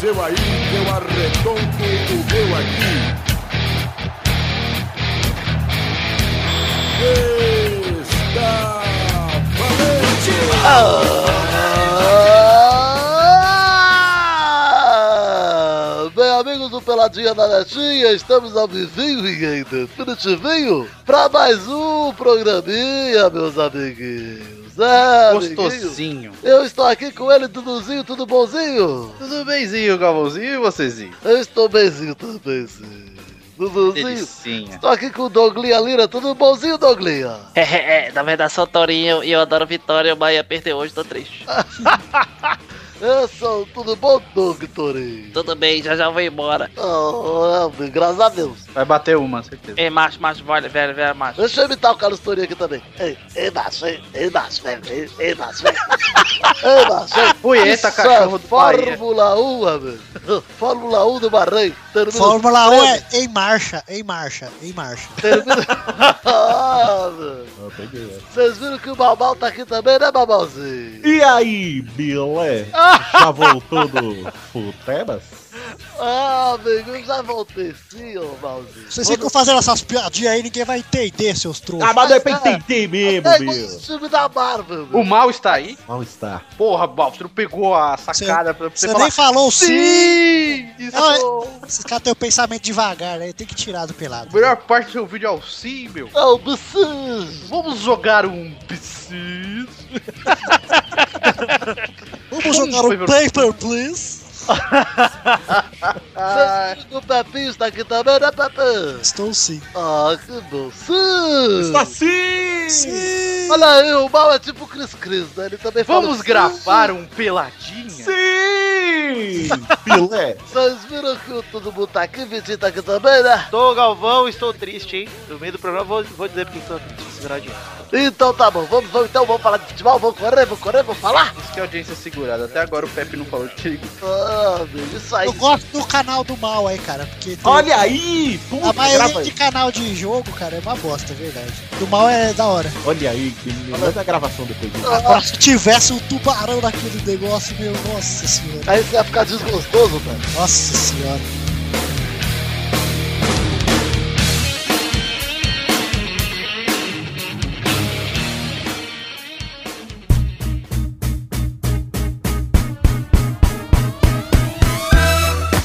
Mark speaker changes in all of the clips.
Speaker 1: seu aí, eu arredonto o meu aqui. Está valente!
Speaker 2: Ah! Bem, amigos do Peladinha da Netinha, estamos ao vivinho e ainda definitivinho pra mais um programinha, meus amiguinhos. É, amiguinhos?
Speaker 3: Gostosinho.
Speaker 2: Eu estou aqui com ele, Duduzinho, tudo bonzinho?
Speaker 3: Tudo bemzinho, Galvãozinho e vocêzinho?
Speaker 2: Eu estou benzinho também, sim. Duduzinho,
Speaker 3: Delicinha.
Speaker 2: estou aqui com o Doglinha Lira, tudo bonzinho, Doglinha?
Speaker 4: É, é, é, na verdade só Torinho e eu adoro vitória, o Bahia perdeu hoje, tô triste.
Speaker 5: Ah.
Speaker 2: Eu sou tudo bom, Dogtorinho?
Speaker 4: Tudo bem, já já vou embora.
Speaker 2: Oh, amigo, graças a Deus.
Speaker 3: Vai bater uma, certeza.
Speaker 4: Ei, macho, macho, olha, velho, velho, macho.
Speaker 2: Deixa eu imitar o Carlos Torinho aqui também. Ei, ei, macho, ei, ei, macho, vem, ei, ei, macho, vem. Ei, macho, ei.
Speaker 3: Punheta,
Speaker 2: Isso é
Speaker 3: cachorro do Bahia.
Speaker 2: Fórmula 1, amigo. Fórmula 1 do Bahrein. Termina-
Speaker 6: Fórmula 1 é em marcha, em marcha, em marcha.
Speaker 2: Termina... Ah, meu. Vocês viram que o Balbal tá aqui também, né, Babalzinho?
Speaker 5: E aí, Bilé? Já voltou do Futebas?
Speaker 2: Ah, amigo, eu já voltei sim, ô Balzinho.
Speaker 6: Vocês ficam fazendo essas piadinhas aí, ninguém vai entender, seus trouxas.
Speaker 5: mas não é pra entender mesmo,
Speaker 2: É igual
Speaker 5: meu.
Speaker 2: o filme da Marvel, meu.
Speaker 3: O mal está aí?
Speaker 5: Mal está.
Speaker 3: Porra, Balf, tu não pegou a sacada pra você
Speaker 6: Você
Speaker 3: falar.
Speaker 6: nem falou sim!
Speaker 3: Sim! Isso!
Speaker 6: Não, Esses caras têm o pensamento devagar, né? Tem que tirar do pelado.
Speaker 3: A melhor parte do seu vídeo é o sim, meu.
Speaker 2: É o Bicins.
Speaker 3: Vamos jogar um psis.
Speaker 6: Vamos jogar
Speaker 3: foi,
Speaker 6: um paper, please?
Speaker 3: Ah,
Speaker 2: Vocês viram que o Pepinho está aqui também, né, Pepinho?
Speaker 6: Estou sim.
Speaker 2: Ah, que bom. Sim!
Speaker 5: sim!
Speaker 6: Sim!
Speaker 2: Olha aí, o mal é tipo o Cris Cris, né? Ele também fala
Speaker 3: vamos
Speaker 2: sim.
Speaker 3: gravar um peladinha?
Speaker 5: Sim! Bilé,
Speaker 2: Vocês viram que o todo mundo tá aqui, Vitinho tá aqui também, né?
Speaker 7: Tô Galvão, estou triste, hein? No meio do programa vou, vou dizer porque estou triste, segurar de
Speaker 2: Então tá bom, vamos, vamos então, vamos falar de futebol, vamos correr, vamos correr, vamos falar?
Speaker 3: Isso que é audiência segurada. Até agora o Pepe não falou de que
Speaker 2: Ah, meu, isso aí.
Speaker 6: Eu gosto do canal do mal aí, cara, porque... tem-
Speaker 5: olha aí! Puta,
Speaker 6: A
Speaker 5: grava
Speaker 6: maioria
Speaker 5: aí.
Speaker 6: de canal de jogo, cara, é uma bosta, é verdade. Do mal é da hora.
Speaker 5: Olha aí, que melhor a gravação depois disso.
Speaker 6: Agora, se tivesse um tubarão naquele negócio, meu, nossa senhora.
Speaker 2: Aí você vai ficar desgostoso, velho.
Speaker 6: Nossa senhora.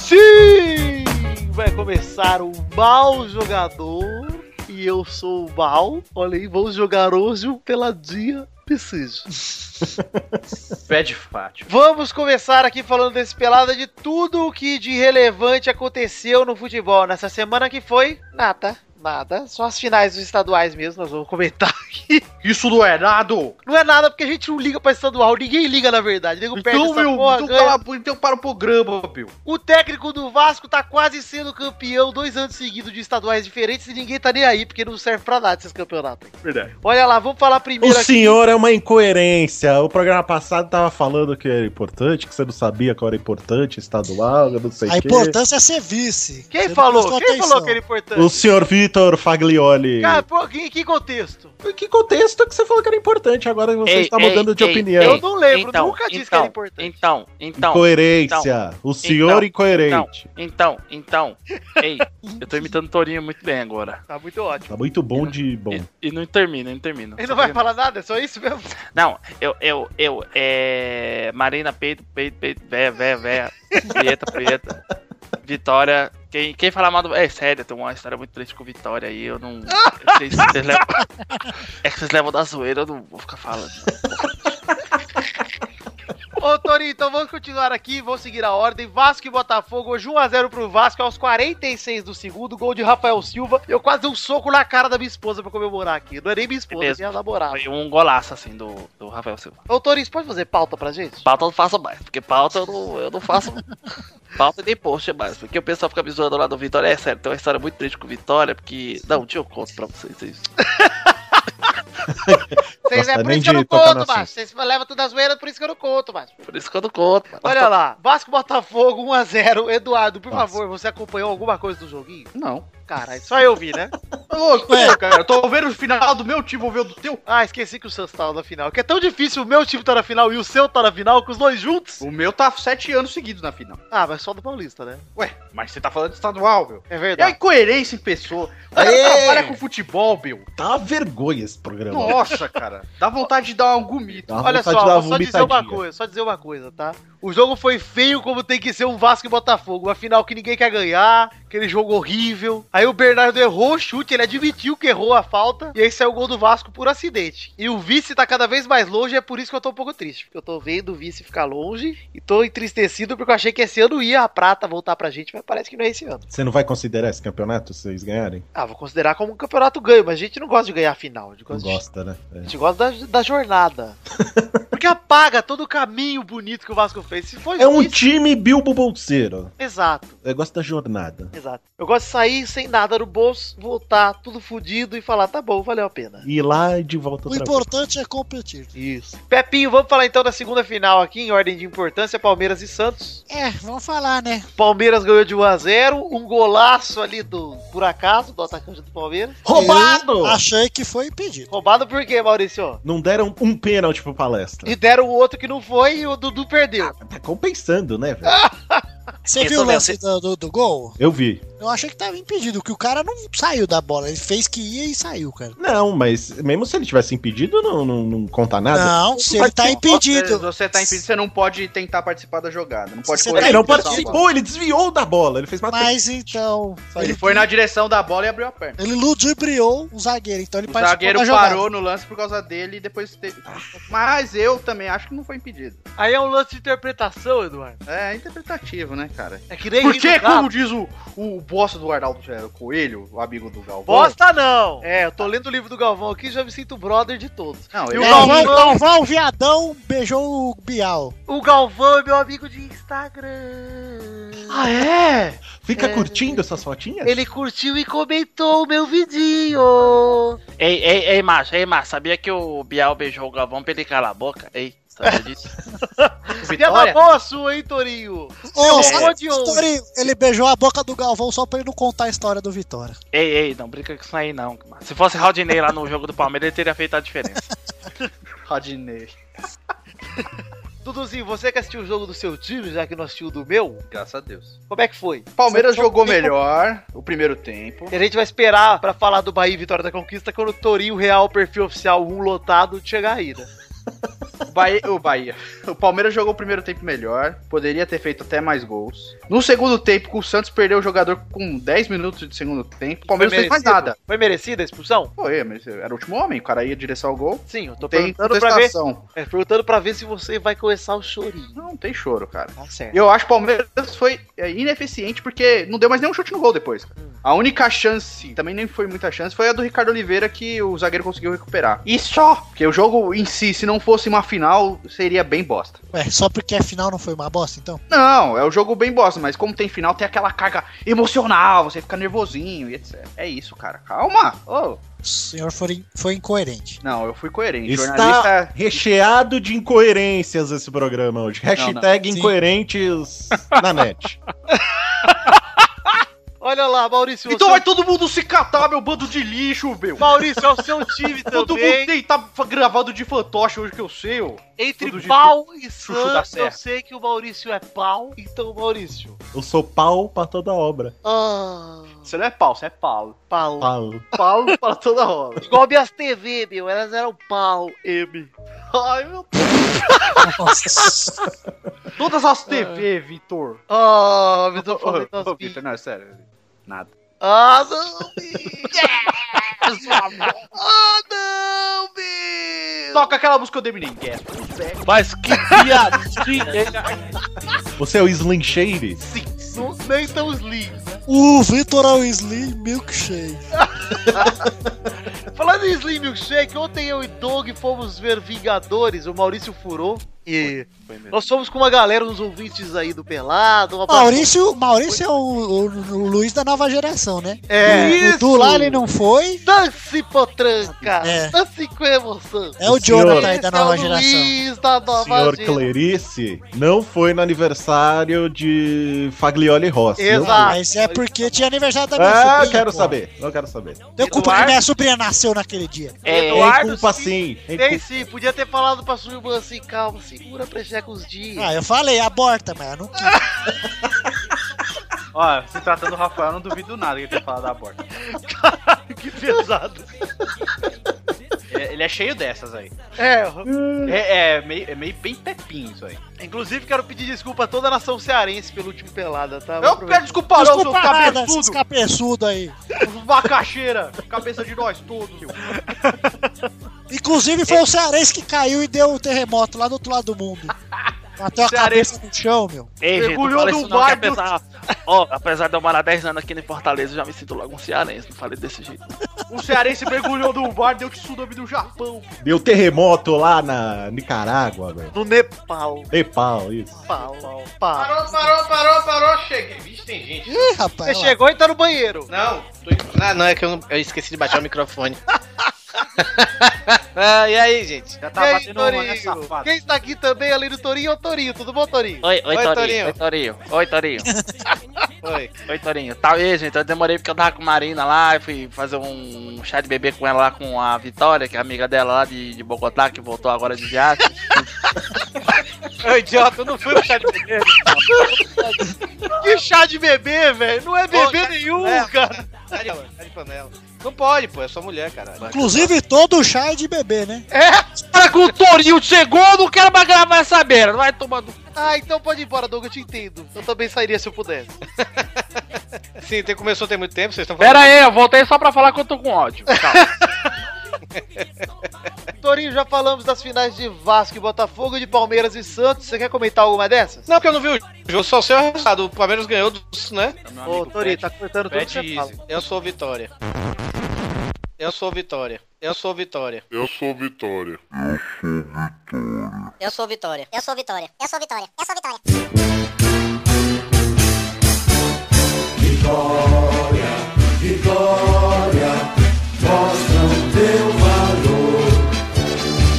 Speaker 7: Sim! Vai começar o Mal Jogador. E eu sou o Mal. Olha aí, vamos jogar hoje um Peladinha Preciso.
Speaker 3: pé de fátio.
Speaker 7: Vamos começar aqui falando desse pelada de tudo o que de relevante aconteceu no futebol nessa semana que foi nada, Tá, nada, só as finais dos estaduais mesmo, nós vamos comentar.
Speaker 3: Isso não é nada!
Speaker 7: Não é nada porque a gente não liga pra estadual, ninguém liga na verdade. Nego perde
Speaker 3: Então,
Speaker 7: essa
Speaker 3: meu,
Speaker 7: porra,
Speaker 3: então,
Speaker 7: ganha.
Speaker 3: cala, então para o programa, meu.
Speaker 7: O técnico do Vasco tá quase sendo campeão dois anos seguidos de estaduais diferentes e ninguém tá nem aí porque não serve pra nada esses campeonatos. aí.
Speaker 3: Verdade.
Speaker 7: Olha lá, vamos falar
Speaker 5: O
Speaker 7: primeiro aqui.
Speaker 5: senhor é uma incoerência. O programa passado tava falando que era importante, que você não sabia qual era importante, estadual, eu não sei
Speaker 6: A
Speaker 5: o quê.
Speaker 6: importância é ser vice. Você
Speaker 7: Quem
Speaker 6: não
Speaker 7: falou?
Speaker 6: prestou
Speaker 7: Quem falou
Speaker 6: atenção.
Speaker 7: que era importante?
Speaker 5: O senhor Vitor Faglioli.
Speaker 7: Cara, pô, em que contexto?
Speaker 5: Em que contexto que você falou que era importante? Agora você
Speaker 4: Ei,
Speaker 5: está
Speaker 4: ei,
Speaker 5: tá mudando de
Speaker 4: ei,
Speaker 5: opinião.
Speaker 7: Eu não lembro,
Speaker 4: Então,
Speaker 7: nunca disse que
Speaker 4: então,
Speaker 7: era importante.
Speaker 4: Então, então,
Speaker 5: Incoerência. o senhor
Speaker 4: então,
Speaker 5: incoerente.
Speaker 4: então, então. Ei, eu tô imitando o Torinho muito bem agora.
Speaker 7: Tá muito ótimo.
Speaker 5: Tá muito bom de bom.
Speaker 4: E, e não termina, não termina.
Speaker 7: Ele não vai falar nada, é só isso mesmo?
Speaker 4: Não, eu, eu, eu, é. Marina, peito, peito, peito, véia, véia, véia. Prieta, prieta. Vitória. Quem, quem falar mal do. É sério, tem uma história muito triste com Vitória aí, eu não. Vocês, vocês levam... É que vocês levam da zoeira, eu não vou ficar falando.
Speaker 7: Ô, Torinho, então vamos continuar aqui, vamos seguir a ordem. Vasco e Botafogo, hoje 1x0 pro Vasco, aos 46 do segundo, gol de Rafael Silva. Eu quase dei um soco na cara da minha esposa pra comemorar aqui. Não é nem minha esposa, é
Speaker 4: Beleza.
Speaker 7: minha namorada.
Speaker 4: Foi um golaço assim do, do Rafael Silva.
Speaker 7: Ô, Torinho, você pode fazer pauta pra gente?
Speaker 4: Pauta eu não faço mais, porque pauta eu não, eu não faço. Pauta nem post mais, porque o pessoal fica me zoando lá do Vitória. É sério, tem uma história muito triste com o Vitória, porque. Não, um dia eu conto pra vocês isso.
Speaker 7: Vocês, é
Speaker 5: Gosta
Speaker 7: por
Speaker 5: nem
Speaker 7: isso que eu
Speaker 5: de
Speaker 7: não
Speaker 5: tocar
Speaker 7: conto,
Speaker 5: no
Speaker 7: macho. Vocês levam tudo das zoeira, por isso que eu não conto, macho.
Speaker 4: Por isso que eu não conto.
Speaker 7: Olha lá, Vasco e Botafogo 1x0. Eduardo, por
Speaker 5: Nossa.
Speaker 7: favor, você acompanhou alguma coisa do joguinho?
Speaker 3: Não.
Speaker 7: caralho. Só eu vi, né?
Speaker 3: Ô, louco,
Speaker 6: Ué.
Speaker 3: cara. Eu tô vendo o final do meu time, vou ver o do teu.
Speaker 7: Ah, esqueci que o Santos tava na final. Que é tão difícil o meu time tá na final e o seu tá na final com os dois juntos.
Speaker 3: O meu tá sete anos seguidos na final.
Speaker 7: Ah, mas só do Paulista, né?
Speaker 3: Ué, mas você tá falando de estadual, meu.
Speaker 7: É
Speaker 3: É a
Speaker 7: verdade.
Speaker 3: incoerência em pessoa. O cara
Speaker 5: Aê!
Speaker 3: trabalha com futebol, meu.
Speaker 5: Tá uma vergonha esse programa.
Speaker 3: Nossa, cara. Dá vontade de dar um gomito.
Speaker 5: Dá
Speaker 7: Olha
Speaker 5: vontade
Speaker 7: só,
Speaker 5: de dar uma
Speaker 7: vou só dizer uma
Speaker 5: vomitadinha.
Speaker 7: coisa, só dizer uma coisa, tá? O jogo foi feio como tem que ser um Vasco e Botafogo. Uma final que ninguém quer ganhar, aquele jogo horrível. Aí o Bernardo errou o chute, ele admitiu que errou a falta. E aí saiu o gol do Vasco por acidente. E o vice tá cada vez mais longe, é por isso que eu tô um pouco triste. Porque eu tô vendo o vice ficar longe e tô entristecido porque eu achei que esse ano ia a prata voltar pra gente, mas parece que não é esse ano.
Speaker 5: Você não vai considerar esse campeonato se vocês ganharem?
Speaker 7: Ah, vou considerar como um campeonato ganho, mas a gente não gosta de ganhar a final. A gente
Speaker 5: Não
Speaker 7: gosta de
Speaker 5: gosta, né?
Speaker 7: a
Speaker 5: É.
Speaker 7: gente gosta da, da jornada. Porque apaga todo o caminho bonito que o Vasco fez. Se foi
Speaker 5: É um
Speaker 7: isso-
Speaker 5: time Bilbo Bolseiro.
Speaker 7: Exato,
Speaker 5: Eu gosto da jornada.
Speaker 7: exato. Eu gosto de sair sem nada no bolso, voltar tudo fudido e falar, tá bom, valeu a pena.
Speaker 5: E ir lá e de volta
Speaker 6: O
Speaker 5: outra
Speaker 6: importante é competir.
Speaker 7: Isso. Pepinho, vamos falar então da segunda final aqui, em ordem de importância, Palmeiras e Santos.
Speaker 6: É, vamos falar, né?
Speaker 7: Palmeiras ganhou de 1 a 0 um golaço ali do, por acaso, do atacante do Palmeiras.
Speaker 6: Eu
Speaker 5: Roubado!
Speaker 6: achei que foi impedido.
Speaker 7: Roubado por quê, Maurício?
Speaker 5: Não deram um pênalti pro palestra.
Speaker 7: E deram o outro que não foi e o Dudu perdeu.
Speaker 5: Tá compensando, né, velho?
Speaker 6: Você
Speaker 4: Eu
Speaker 6: viu
Speaker 4: tô
Speaker 6: o lance do, do- do gol?
Speaker 5: Eu vi.
Speaker 6: Eu achei que tava impedido, que o cara não saiu da bola. Ele fez que ia e saiu, cara.
Speaker 5: Não, mas mesmo se ele tivesse impedido, não, não, não conta nada.
Speaker 6: Não, se ele
Speaker 5: vai
Speaker 6: tá
Speaker 5: ter-
Speaker 3: Se
Speaker 6: impedido.
Speaker 3: você tá impedido, você não pode tentar participar da jogada. Não pode
Speaker 6: Você
Speaker 5: Ele não
Speaker 6: Impedido.
Speaker 5: participou, tá ele desviou da bola. Ele fez uma
Speaker 6: Mas então.
Speaker 3: Ele foi na direção da bola e abriu a perna.
Speaker 6: Ele ludibriou o zagueiro, então ele
Speaker 3: O
Speaker 6: participou
Speaker 3: zagueiro
Speaker 6: da jogada.
Speaker 3: parou no lance por causa dele e depois teve. Mas eu também acho que não foi impedido.
Speaker 7: Aí é um lance de interpretação, Eduardo.
Speaker 3: É interpretativo, né, cara?
Speaker 7: É que nem rir do
Speaker 3: Porque,
Speaker 7: gato.
Speaker 3: como diz o, o bosta do Arnaldo é, o Coelho, o amigo do Galvão.
Speaker 7: Bosta não! É, eu tô lendo o livro do Galvão aqui e já me sinto brother de todos.
Speaker 3: Não,
Speaker 7: E
Speaker 3: ele
Speaker 7: o
Speaker 6: É,
Speaker 7: Galvão-
Speaker 6: o Galvão viadão beijou o Bial.
Speaker 7: O Galvão é meu amigo de Instagram.
Speaker 3: Ah, é?
Speaker 5: Fica curtindo essas fotinhas?
Speaker 7: Ele curtiu e comentou o meu vidinho.
Speaker 4: Ei, ei, ei, macho, ei, macho, sabia que o Bial beijou o Galvão pra ele calar a boca? Ei, sabia disso?
Speaker 7: Piada
Speaker 3: Vitória?
Speaker 7: boa sua, hein, Torinho?
Speaker 6: Ô,
Speaker 7: é
Speaker 6: sabe,
Speaker 7: de onde?
Speaker 6: Torinho, ele beijou a boca do Galvão só pra ele não contar a história do Vitória.
Speaker 4: Ei, ei, não brinca com isso aí não. mano. Se fosse Rodinei lá no jogo do Palmeiras, ele teria feito a diferença.
Speaker 3: Rodinei.
Speaker 7: Duduzinho, você que assistiu o jogo do seu time, já que não assistiu o do meu,
Speaker 3: Graças a Deus.
Speaker 7: como é que foi? um
Speaker 3: Palmeiras
Speaker 6: Só-
Speaker 3: jogou melhor o primeiro tempo.
Speaker 7: E a gente vai esperar pra falar do Bahia e Vitória da Conquista quando o Torinho Real, perfil oficial 1 lotado, chegar aí, né?
Speaker 3: O Bahia, o Bahia. O Palmeiras jogou o primeiro tempo melhor. Poderia ter feito até mais gols. No segundo tempo, o Santos perdeu o jogador com 10 minutos de segundo tempo. O Palmeiras não fez mais nada.
Speaker 7: Foi merecida a expulsão?
Speaker 3: Foi, mas era o último homem, o cara ia em direção ao gol.
Speaker 7: Sim, eu tô
Speaker 3: Tem
Speaker 7: perguntando pra, ver,
Speaker 3: contestação.
Speaker 7: é, perguntando pra ver se você vai começar o chorinho.
Speaker 3: Não, tem choro, cara.
Speaker 7: Tá certo.
Speaker 3: E Eu acho que o Palmeiras foi é, ineficiente porque não deu mais nenhum chute no gol depois. cara. A única chance, também nem foi muita chance, foi a do Ricardo Oliveira que o zagueiro conseguiu recuperar. E só! Porque o jogo em si, se não fosse uma final, seria bem bosta.
Speaker 6: Ué, É, só porque a final não foi uma bosta, então?
Speaker 3: Não, é um jogo bem bosta, mas como tem final, tem aquela carga emocional, você fica nervosinho e etc. É isso, cara. Calma. Ô,
Speaker 6: O senhor foi, foi incoerente.
Speaker 3: Não, eu fui coerente.
Speaker 5: Está
Speaker 3: Jornalista.
Speaker 5: recheado de incoerências esse programa hoje. Hashtag
Speaker 6: Sim.
Speaker 5: incoerentes na net.
Speaker 7: Olha lá, Maurício.
Speaker 3: Então
Speaker 7: você-
Speaker 3: vai todo mundo se catar, meu bando de lixo, meu.
Speaker 7: Maurício, é o seu time
Speaker 3: Todo mundo
Speaker 7: também.
Speaker 3: deitar fa- tá gravado de fantoche hoje que eu sei, ô.
Speaker 7: Entre
Speaker 3: tudo de
Speaker 7: pau e
Speaker 3: da
Speaker 7: santo, eu
Speaker 3: serra.
Speaker 7: sei que o Maurício é pau. Então, Maurício.
Speaker 5: Eu sou pau pra toda obra.
Speaker 7: Ah,
Speaker 3: Você não é pau, você é pau.
Speaker 7: pau.
Speaker 5: Pau.
Speaker 3: Pau para toda hora.
Speaker 7: Igual minhas TV, meu. Elas eram pau, M.
Speaker 3: Ai, meu
Speaker 6: Nossa.
Speaker 3: Todas as TV, Vitor.
Speaker 7: Ah, me
Speaker 3: Ô,
Speaker 7: tô falando das
Speaker 3: ô, ô,
Speaker 7: minhas.
Speaker 3: Vitor, não, é sério. Nada.
Speaker 7: Ah, não, bicho. Ah, não, bicho.
Speaker 3: Toca aquela música que eu dei ninguém.
Speaker 4: Mas que piadinha!
Speaker 5: Você é o Slim Shady?
Speaker 7: Não, nem tão slim.
Speaker 6: o Vitor é o Slim Milkshake.
Speaker 7: Falando em Slim Milkshake, ontem eu e Doug fomos ver Vingadores, o Maurício furou. E
Speaker 4: Foi mesmo.
Speaker 7: nós fomos com uma galera, uns ouvintes aí do Pelado. Uma
Speaker 6: Maurício, Maurício é o, o- o Luiz da nova geração, né?
Speaker 7: É.
Speaker 6: O Dudu lá ele não foi.
Speaker 7: Dance, potranca!
Speaker 6: É.
Speaker 7: Dance com emoção!
Speaker 6: É
Speaker 5: Senhor.
Speaker 6: o Jonathan aí da nova
Speaker 7: Esse é o
Speaker 6: geração.
Speaker 7: Luiz da nova
Speaker 5: Senhor
Speaker 7: geração.
Speaker 5: Clerice não foi no aniversário de Faglioli Rossi. não
Speaker 7: Exato.
Speaker 6: Mas é porque tinha aniversário da
Speaker 5: fui.
Speaker 6: minha
Speaker 5: Ah,
Speaker 6: sobrinha,
Speaker 5: quero
Speaker 6: pô.
Speaker 5: saber. Não quero saber.
Speaker 6: Deu culpa
Speaker 4: Eduardo?
Speaker 6: que minha sobrinha nasceu naquele dia.
Speaker 4: É,
Speaker 5: Tem
Speaker 7: Eduardo,
Speaker 5: culpa
Speaker 7: sim.
Speaker 5: sim. Tem
Speaker 7: Tem
Speaker 5: culpa.
Speaker 7: sim, podia ter falado pra sua irmã assim, calma, segura pra checar os dias.
Speaker 6: Ah, eu falei, aborta, mas eu não quis.
Speaker 3: Ó, se tratando do Rafael, eu não duvido nada que ele tenha falado da aborto.
Speaker 7: que pesado.
Speaker 3: Ele, ele é cheio dessas aí.
Speaker 7: É,
Speaker 3: É, é meio, é meio bem pepinho isso aí.
Speaker 6: Tá
Speaker 7: inclusive quero pedir desculpa a toda a nação cearense pelo último pelada, tá? Vou
Speaker 3: Eu quero
Speaker 7: aproveitar.
Speaker 3: desculpar, não, seu
Speaker 6: Desculpa nada, esses
Speaker 3: cabeçudo,
Speaker 6: cabeçudo aí.
Speaker 3: macaxeira, cabeça de nós todos.
Speaker 6: Inclusive
Speaker 3: É.
Speaker 6: foi o Cearense que caiu e deu o terremoto lá do outro lado do mundo. Bateu a
Speaker 7: Cearense.
Speaker 6: cabeça no chão, meu.
Speaker 4: Ei, gente, não
Speaker 7: Mergulhou
Speaker 4: fala
Speaker 7: no
Speaker 4: isso não, que
Speaker 7: mar
Speaker 4: apesar, ó, apesar de eu morar 10 anos aqui em Fortaleza, eu já me sinto logo um cearense, não falei desse jeito.
Speaker 3: Um cearense mergulhou no bar, deu tsunami no Japão.
Speaker 5: Deu terremoto lá na Nicarágua, velho.
Speaker 7: No Nepal.
Speaker 5: Nepal, isso.
Speaker 7: Pau, pau.
Speaker 8: Parou, parou, parou, parou, cheguei. Vixe, tem gente.
Speaker 6: Ih, rapaz.
Speaker 7: Você
Speaker 6: olha lá.
Speaker 7: chegou e tá no banheiro.
Speaker 8: Não, tô... ah, não, é que eu, não- eu esqueci de baixar o microfone. ah, e aí, gente?
Speaker 3: Já
Speaker 7: e
Speaker 3: tá
Speaker 7: aí,
Speaker 3: batendo uma mulher
Speaker 7: Torinho?
Speaker 3: safada.
Speaker 7: Quem está aqui também, além do Torinho, é o Torinho. Tudo bom, Torinho?
Speaker 4: Oi, oi,
Speaker 8: Oi,
Speaker 4: Torinho,
Speaker 8: Torinho.
Speaker 4: Oi, Torinho. Oi, Torinho.
Speaker 8: Oi.
Speaker 4: Oi, Torinho. Tá aí, gente. Eu demorei porque eu tava com Marina lá e fui fazer um chá de bebê com ela lá com a Vitória, que é amiga dela lá de, de Bogotá, que voltou agora de viagem.
Speaker 8: Ô, idiota, eu não fui puxar de bebê.
Speaker 7: Que chá de bebê, velho? Não é bebê nenhum, cara.
Speaker 8: Tá de, tá de panela. Não pode, pô, é só mulher, caralho.
Speaker 6: Inclusive todo chá é de bebê, né?
Speaker 4: Para que o Torinho chegou, eu não quero mais gravar essa beira. Vai tomando.
Speaker 7: Ah, então pode ir embora, Doug, eu te entendo. Eu também sairia se eu pudesse.
Speaker 8: Sim, Assim, tem, começou tem muito tempo, vocês estão
Speaker 4: Pera aí, eu voltei só pra falar que eu tô com ódio. Calma.
Speaker 7: Torinho, já falamos das finais de Vasco e Botafogo, de Palmeiras e Santos. Você quer comentar alguma dessas?
Speaker 8: Não, porque eu não vi o jogo, só sei o resultado. O Palmeiras ganhou, do, né?
Speaker 4: Meu
Speaker 7: Ô,
Speaker 4: amigo
Speaker 7: Torinho, tá cortando tudo que
Speaker 8: Pet
Speaker 7: você fala.
Speaker 8: Easy. Eu sou Vitória. Eu sou Vitória. Eu sou Vitória.
Speaker 1: Eu sou Vitória.
Speaker 9: Eu sou Vitória. Eu sou Vitória. Eu sou Vitória. Eu sou Vitória.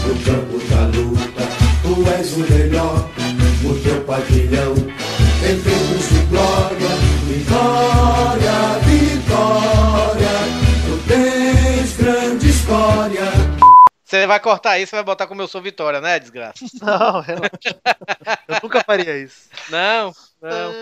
Speaker 10: no campo da luta, tu és o melhor, o teu pavilhão tem feitos de glória, vitória, vitória, tu tens grande história.
Speaker 8: Você vai cortar isso e vai botar como eu sou Vitória, né, desgraça?
Speaker 7: Não, relaxa. Eu nunca faria isso.
Speaker 8: Não, não.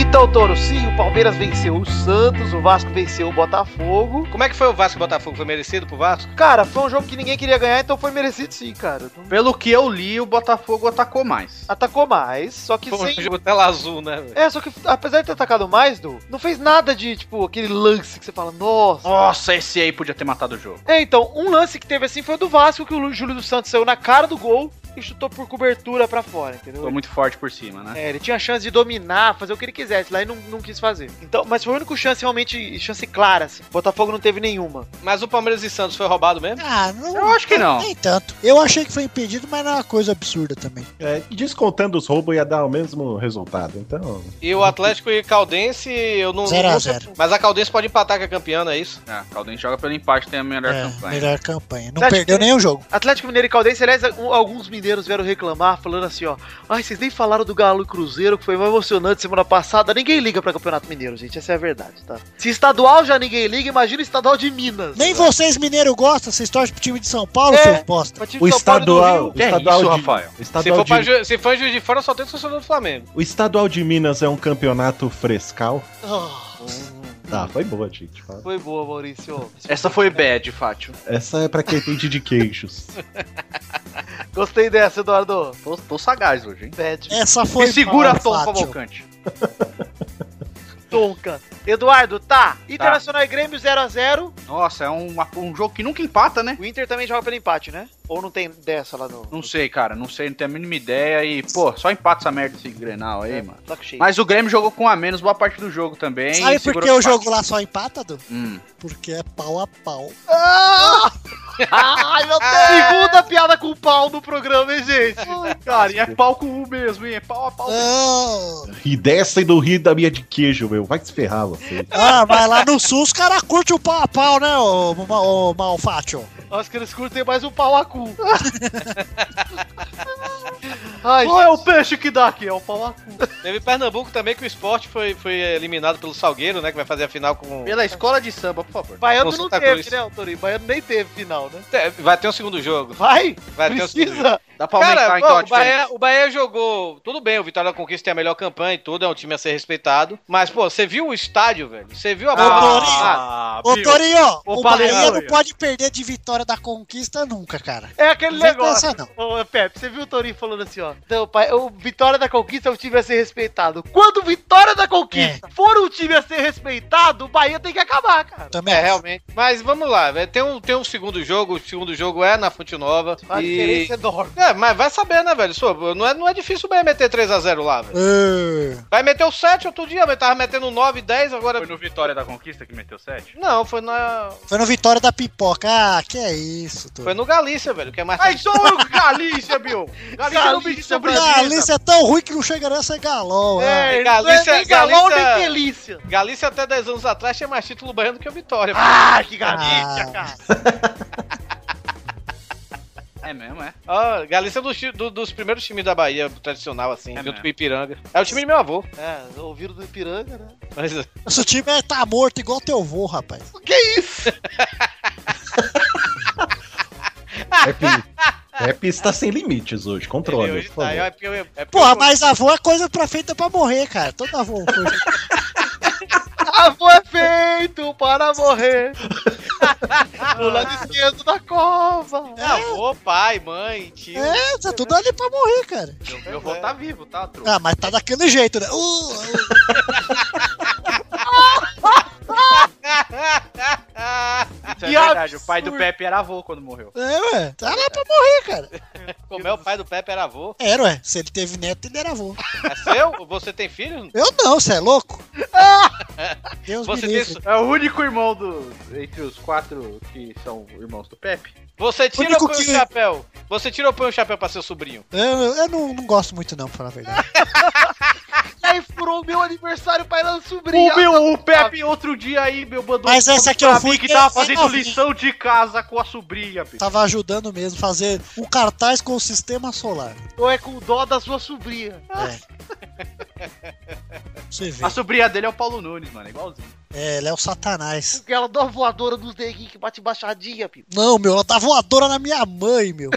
Speaker 7: Então, Toro, sim, o Palmeiras venceu o Santos, o Vasco venceu o Botafogo.
Speaker 8: Como é que foi o Vasco e Botafogo? Foi merecido pro Vasco?
Speaker 7: Cara, foi um jogo que ninguém queria ganhar, então foi merecido sim, cara.
Speaker 3: Pelo que eu li, o Botafogo atacou mais.
Speaker 7: Atacou mais, só que
Speaker 8: Foi um
Speaker 7: sem
Speaker 8: jogo tela azul, né? velho?
Speaker 7: É, só que apesar de ter atacado mais, Du, não fez nada de, tipo, aquele lance que você fala, nossa.
Speaker 3: Nossa, esse aí podia ter matado o jogo.
Speaker 7: É, então, um lance que teve assim foi o do Vasco, que o Lu- Júlio dos Santos saiu na cara do gol e chutou por cobertura pra fora, entendeu?
Speaker 3: Foi muito forte por cima, né?
Speaker 7: É, ele tinha chance de dominar, fazer o que ele quisesse lá e não, não quis fazer. Então, mas foi a única chance realmente, chance clara, assim. Botafogo não teve nenhuma.
Speaker 8: Mas o Palmeiras e Santos foi roubado mesmo?
Speaker 6: Ah, não.
Speaker 3: É. Eu acho que não.
Speaker 6: Nem tanto. Eu achei que foi impedido, mas não é uma coisa absurda também.
Speaker 5: É, descontando os roubos ia dar o mesmo resultado. Então,
Speaker 8: E o Atlético e Caldense, eu não.
Speaker 6: Zero a
Speaker 8: não-
Speaker 6: zero.
Speaker 8: Mas a Caldense pode empatar com a campeã, não é isso?
Speaker 3: É, o Caldense joga pelo empate, tem a melhor
Speaker 6: é,
Speaker 3: campanha.
Speaker 6: melhor campanha. Não
Speaker 7: Sabe
Speaker 6: perdeu
Speaker 7: que-
Speaker 6: nenhum jogo.
Speaker 7: Atlético Mineiro e Caldense, aliás, um- alguns mineiros vieram reclamar, falando assim, ó. Ai, vocês nem falaram do Galo e Cruzeiro, que foi mais emocionante semana passada. Ninguém liga pra Campeonato Mineiro, gente. Essa é a verdade, tá? Se estadual já ninguém liga, imagina o estadual de Minas.
Speaker 6: Nem vocês, mineiro, gostam. Vocês torcem pro time de São Paulo,
Speaker 7: É.
Speaker 6: seus bosta.
Speaker 7: Pra time
Speaker 5: o
Speaker 7: de São Paulo e do
Speaker 5: estadual,
Speaker 7: Rio.
Speaker 5: o estadual, de,
Speaker 3: Rafael?
Speaker 5: o
Speaker 8: é Se for,
Speaker 5: estadual,
Speaker 8: pra
Speaker 5: de,
Speaker 8: ju... Se for em Juiz de Fora, só tem torcedor do Flamengo.
Speaker 5: o estadual de Minas é um campeonato frescal.
Speaker 7: Ah,
Speaker 3: Oh.
Speaker 5: Tá, foi boa, gente. fala.
Speaker 7: foi boa, Maurício.
Speaker 3: Essa foi bad, Fátio.
Speaker 5: Essa é pra quem entende de queijos.
Speaker 7: Gostei dessa, Eduardo.
Speaker 3: Tô, tô sagaz hoje, hein?
Speaker 7: Pede.
Speaker 6: Essa foi.
Speaker 3: Me segura,
Speaker 6: mal,
Speaker 3: Tom
Speaker 6: Fátio.
Speaker 3: Cavalcante.
Speaker 7: Tonka. Eduardo, tá. Internacional e Grêmio 0x0.
Speaker 3: Nossa, é um, um jogo que nunca empata, né?
Speaker 7: O Inter também joga pelo empate, né? Ou não tem dessa lá no.
Speaker 3: Não sei, cara. Não sei, não tenho a mínima ideia. E, pô, só empata essa merda esse Grenal aí, mano.
Speaker 7: Tá cheio.
Speaker 3: Mas o Grêmio jogou com um a menos boa parte do jogo também.
Speaker 6: Sabe
Speaker 3: e
Speaker 6: por
Speaker 3: segurou
Speaker 6: que o
Speaker 3: empate.
Speaker 6: jogo lá só empata, Du?
Speaker 3: Hum.
Speaker 6: Porque é pau a pau.
Speaker 3: tá-
Speaker 7: Ai, meu Deus! Segunda piada com pau no programa, hein, gente?
Speaker 3: Cara, e é pau com U mesmo, hein? É pau a pau.
Speaker 6: Não!
Speaker 5: E descem do rio da minha de queijo, meu. Vai se ferrar, você.
Speaker 6: Ah, mas lá no sul os caras curtem o pau a pau, né, ô, ma- ô Malfátio?
Speaker 7: Acho que eles curtem mais um pau a cu. Ai,
Speaker 3: Não
Speaker 7: Não é o peixe que dá aqui, é o pau a cu.
Speaker 8: Teve Pernambuco também que o esporte foi, foi eliminado pelo Salgueiro, né? Que vai fazer a final com.
Speaker 3: Pela escola de samba, por favor.
Speaker 7: Baiano
Speaker 8: Com
Speaker 7: não
Speaker 3: tá
Speaker 8: Santa
Speaker 7: teve,
Speaker 8: Cruz.
Speaker 7: né, Torinho? Baiano nem teve final, né?
Speaker 8: É, Vai ter um segundo jogo.
Speaker 7: Vai!
Speaker 8: Vai ter um segundo jogo.
Speaker 7: Precisa!
Speaker 3: Dá pra aumentar
Speaker 8: Cara,
Speaker 3: então
Speaker 8: pô,
Speaker 3: a
Speaker 8: o,
Speaker 3: diferença.
Speaker 8: Bahia, o Bahia jogou. Tudo bem, o Vitória da Conquista tem a melhor campanha e tudo, é um time a ser respeitado. Mas, pô, você viu o estádio, velho? Você viu a
Speaker 6: Ah, Ô, Torinho,
Speaker 7: Ô,
Speaker 6: o
Speaker 7: Baleia,
Speaker 6: Bahia não
Speaker 7: Torinho.
Speaker 6: pode perder de vitória da conquista nunca, cara.
Speaker 7: É aquele
Speaker 6: Não vem
Speaker 7: negócio.
Speaker 6: pensar,
Speaker 7: Ô, Pepe, você viu o Torinho falando assim, ó. Então, pai, o Vitória da Conquista é um time a ser respeitado. Quando o Vitória da Conquista
Speaker 6: É.
Speaker 7: for um time a ser respeitado, o Bahia tem que acabar, cara.
Speaker 6: Também
Speaker 8: É,
Speaker 6: é.
Speaker 8: realmente. Mas vamos lá, velho. Tem um, tem um segundo jogo, o segundo jogo é na Fonte Nova.
Speaker 7: A
Speaker 8: E...
Speaker 7: diferença é enorme.
Speaker 8: É, mas vai saber, né, velho? Sô, não, é, não é difícil o Bahia meter 3x0 lá, velho.
Speaker 6: É.
Speaker 8: Vai meter o 7 outro dia, mas tava metendo 9, 10, agora.
Speaker 11: Foi no Vitória da Conquista que meteu 7?
Speaker 8: Não, foi na.
Speaker 6: Foi no Vitória da Pipoca. Ah, que é isso,
Speaker 8: Foi
Speaker 6: Torinho.
Speaker 8: no Galícia, velho, que é mais.
Speaker 3: Ah, então o Galícia, meu! Galícia não me diz sobre isso.
Speaker 6: Ah, Alice é tão ruim que não chega nessa galol. É.
Speaker 8: É,
Speaker 7: Galícia,
Speaker 8: Galícia-
Speaker 7: não então. é nem galão,
Speaker 8: Galícia-
Speaker 7: nem delícia.
Speaker 8: Galícia até 10 anos atrás tinha mais título baiano que o Vitória.
Speaker 7: Ah, que galícia,
Speaker 6: Ah.
Speaker 7: cara.
Speaker 3: É mesmo, é.
Speaker 8: Ah, Galícia é do chi- do- dos primeiros times da Bahia, tradicional, assim,
Speaker 11: É
Speaker 8: junto
Speaker 11: mesmo.
Speaker 8: com o Ipiranga. É o time do meu avô.
Speaker 7: É, ouviram do Ipiranga, né?
Speaker 8: Mas,
Speaker 6: Esse time é- tá morto igual teu vô, rapaz.
Speaker 5: É, pi- é pista sem limites hoje. Controle,
Speaker 8: hoje
Speaker 5: por
Speaker 8: tá,
Speaker 5: favor.
Speaker 8: é porque eu- é porque
Speaker 6: Porra,
Speaker 8: eu-
Speaker 6: mas avô é coisa pra feita pra morrer, cara. Toda avô. é
Speaker 7: Avô é feito para morrer. o lado esquerdo da cova.
Speaker 8: É avô, pai, mãe, tio.
Speaker 6: é, tá tudo ali pra morrer, cara.
Speaker 3: Meu, meu avô tá vivo, tá, truco?
Speaker 6: Ah, mas tá daquele jeito, né? Uh, uh,
Speaker 3: Isso é
Speaker 7: que
Speaker 3: verdade, o pai do
Speaker 7: absurdo.
Speaker 3: Pepe era avô quando morreu.
Speaker 6: é, ué. Tá lá pra morrer, cara.
Speaker 8: Como é o pai do Pepe era avô.
Speaker 6: Era, ué. Se ele teve neto, ele era avô.
Speaker 8: É seu? Você tem filho?
Speaker 6: Eu não, você é louco? Deus
Speaker 8: Você
Speaker 6: me
Speaker 8: tem,
Speaker 6: livre.
Speaker 3: É o único irmão do. Entre os quatro que são irmãos do Pepe.
Speaker 8: Você tira
Speaker 6: Único
Speaker 8: ou põe o
Speaker 6: que-
Speaker 3: é?
Speaker 8: chapéu? Você tira ou põe o chapéu pra seu sobrinho?
Speaker 6: Eu, eu não, não gosto muito, não, pra falar a verdade.
Speaker 7: É, E aí furou o meu aniversário para ela sobrinha.
Speaker 3: O, meu, o Pepe outro dia aí, meu mandou um
Speaker 6: Mas essa que eu
Speaker 3: pra
Speaker 6: fui
Speaker 3: mim que
Speaker 6: que
Speaker 3: tava
Speaker 6: eu
Speaker 3: fazendo
Speaker 6: não vi.
Speaker 3: lição de casa com a sobrinha, bicho.
Speaker 6: Tava ajudando mesmo fazer um cartaz com o sistema solar. É.
Speaker 7: Ou é com dó da sua sobrinha.
Speaker 6: Você vê.
Speaker 3: A sobrinha dele é o Paulo Nunes, mano, é igualzinho.
Speaker 6: É, ele é o satanás.
Speaker 7: Porque ela dá uma voadora nos neguinhos que bate baixadinha, pipo.
Speaker 6: Não, meu, ela tá voadora na minha mãe, meu.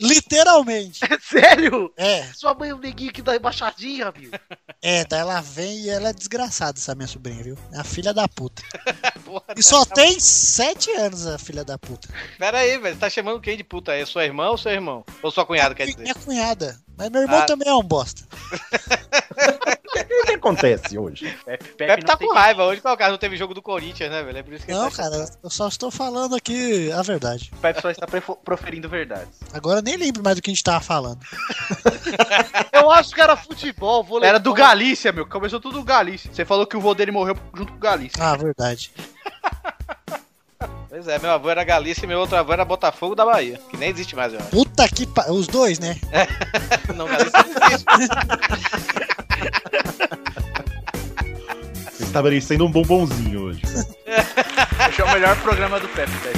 Speaker 6: Literalmente.
Speaker 7: Sério?
Speaker 6: É,
Speaker 7: Sua mãe é um neguinho que dá embaixadinha, amigo.
Speaker 6: é, daí ela vem e ela é desgraçada, essa minha sobrinha, viu? É a filha da puta. E só tem sete anos a filha da puta.
Speaker 8: Pera aí, velho. Tá chamando quem de puta aí? Sua irmã ou seu irmão? Ou sua cunhada, quer dizer?
Speaker 6: Minha cunhada. Mas meu irmão
Speaker 8: Ah.
Speaker 6: também é um bosta.
Speaker 5: O que acontece hoje?
Speaker 3: Pepe, Pepe,
Speaker 8: Pepe
Speaker 3: é não
Speaker 8: tá
Speaker 3: tem
Speaker 8: com raiva hoje, qual o caso? Não teve jogo do Corinthians, né, velho? É por isso que ele
Speaker 6: Não,
Speaker 8: tá...
Speaker 6: cara, eu só estou falando aqui a verdade.
Speaker 3: O Pepe só está prefo- proferindo verdades.
Speaker 6: Agora eu nem lembro mais do que a gente tava falando.
Speaker 7: Eu acho que era futebol, vôlei.
Speaker 3: Era do Galícia, meu. Começou tudo do Galícia. Você falou que o vô dele morreu junto com o Galícia.
Speaker 6: Ah, verdade.
Speaker 8: Pois é, meu avô era Galícia e meu outro avô era Botafogo da Bahia. Que nem existe mais, eu acho.
Speaker 6: Puta que pa... Os dois, né?
Speaker 8: Não, Galícia não existe.
Speaker 5: Você está merecendo um bombonzinho hoje.
Speaker 3: Esse é o melhor programa do Pepe, velho.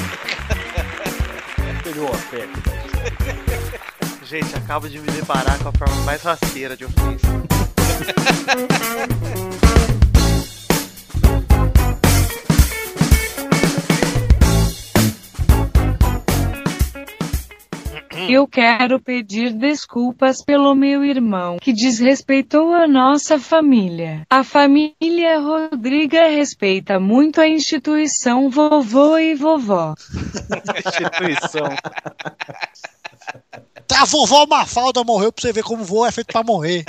Speaker 7: Gente, acabo de me deparar com a forma mais rasteira de um ofensa.
Speaker 12: Eu quero pedir desculpas pelo meu irmão que desrespeitou a nossa família. A família Rodriga respeita muito a instituição vovô e vovó.
Speaker 3: Instituição.
Speaker 6: Tá, a vovó Mafalda morreu pra você ver como voo é feito pra morrer.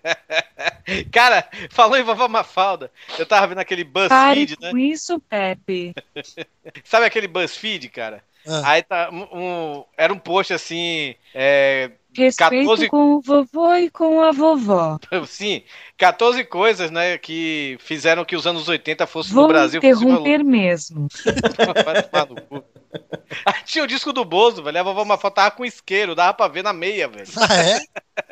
Speaker 8: Cara, falou em vovó Mafalda. Eu tava vendo aquele
Speaker 12: Pare
Speaker 8: BuzzFeed, né?
Speaker 12: com isso, Pepe.
Speaker 8: Sabe aquele BuzzFeed, cara?
Speaker 12: Ah.
Speaker 8: Aí tá um, um- era um post assim, é,
Speaker 12: Respeito
Speaker 8: 14
Speaker 12: com o vovô e com a vovó.
Speaker 8: sim, 14 coisas, né, que fizeram que os anos 80 fossem no
Speaker 12: Vou
Speaker 8: Brasil. fosse uma
Speaker 12: interromper mesmo.
Speaker 8: Vai tomar no cu. Aí tinha o disco do Bozo, velho. A vovó Mafalda tava com isqueiro, dava pra ver na meia, velho.
Speaker 6: Ah, é?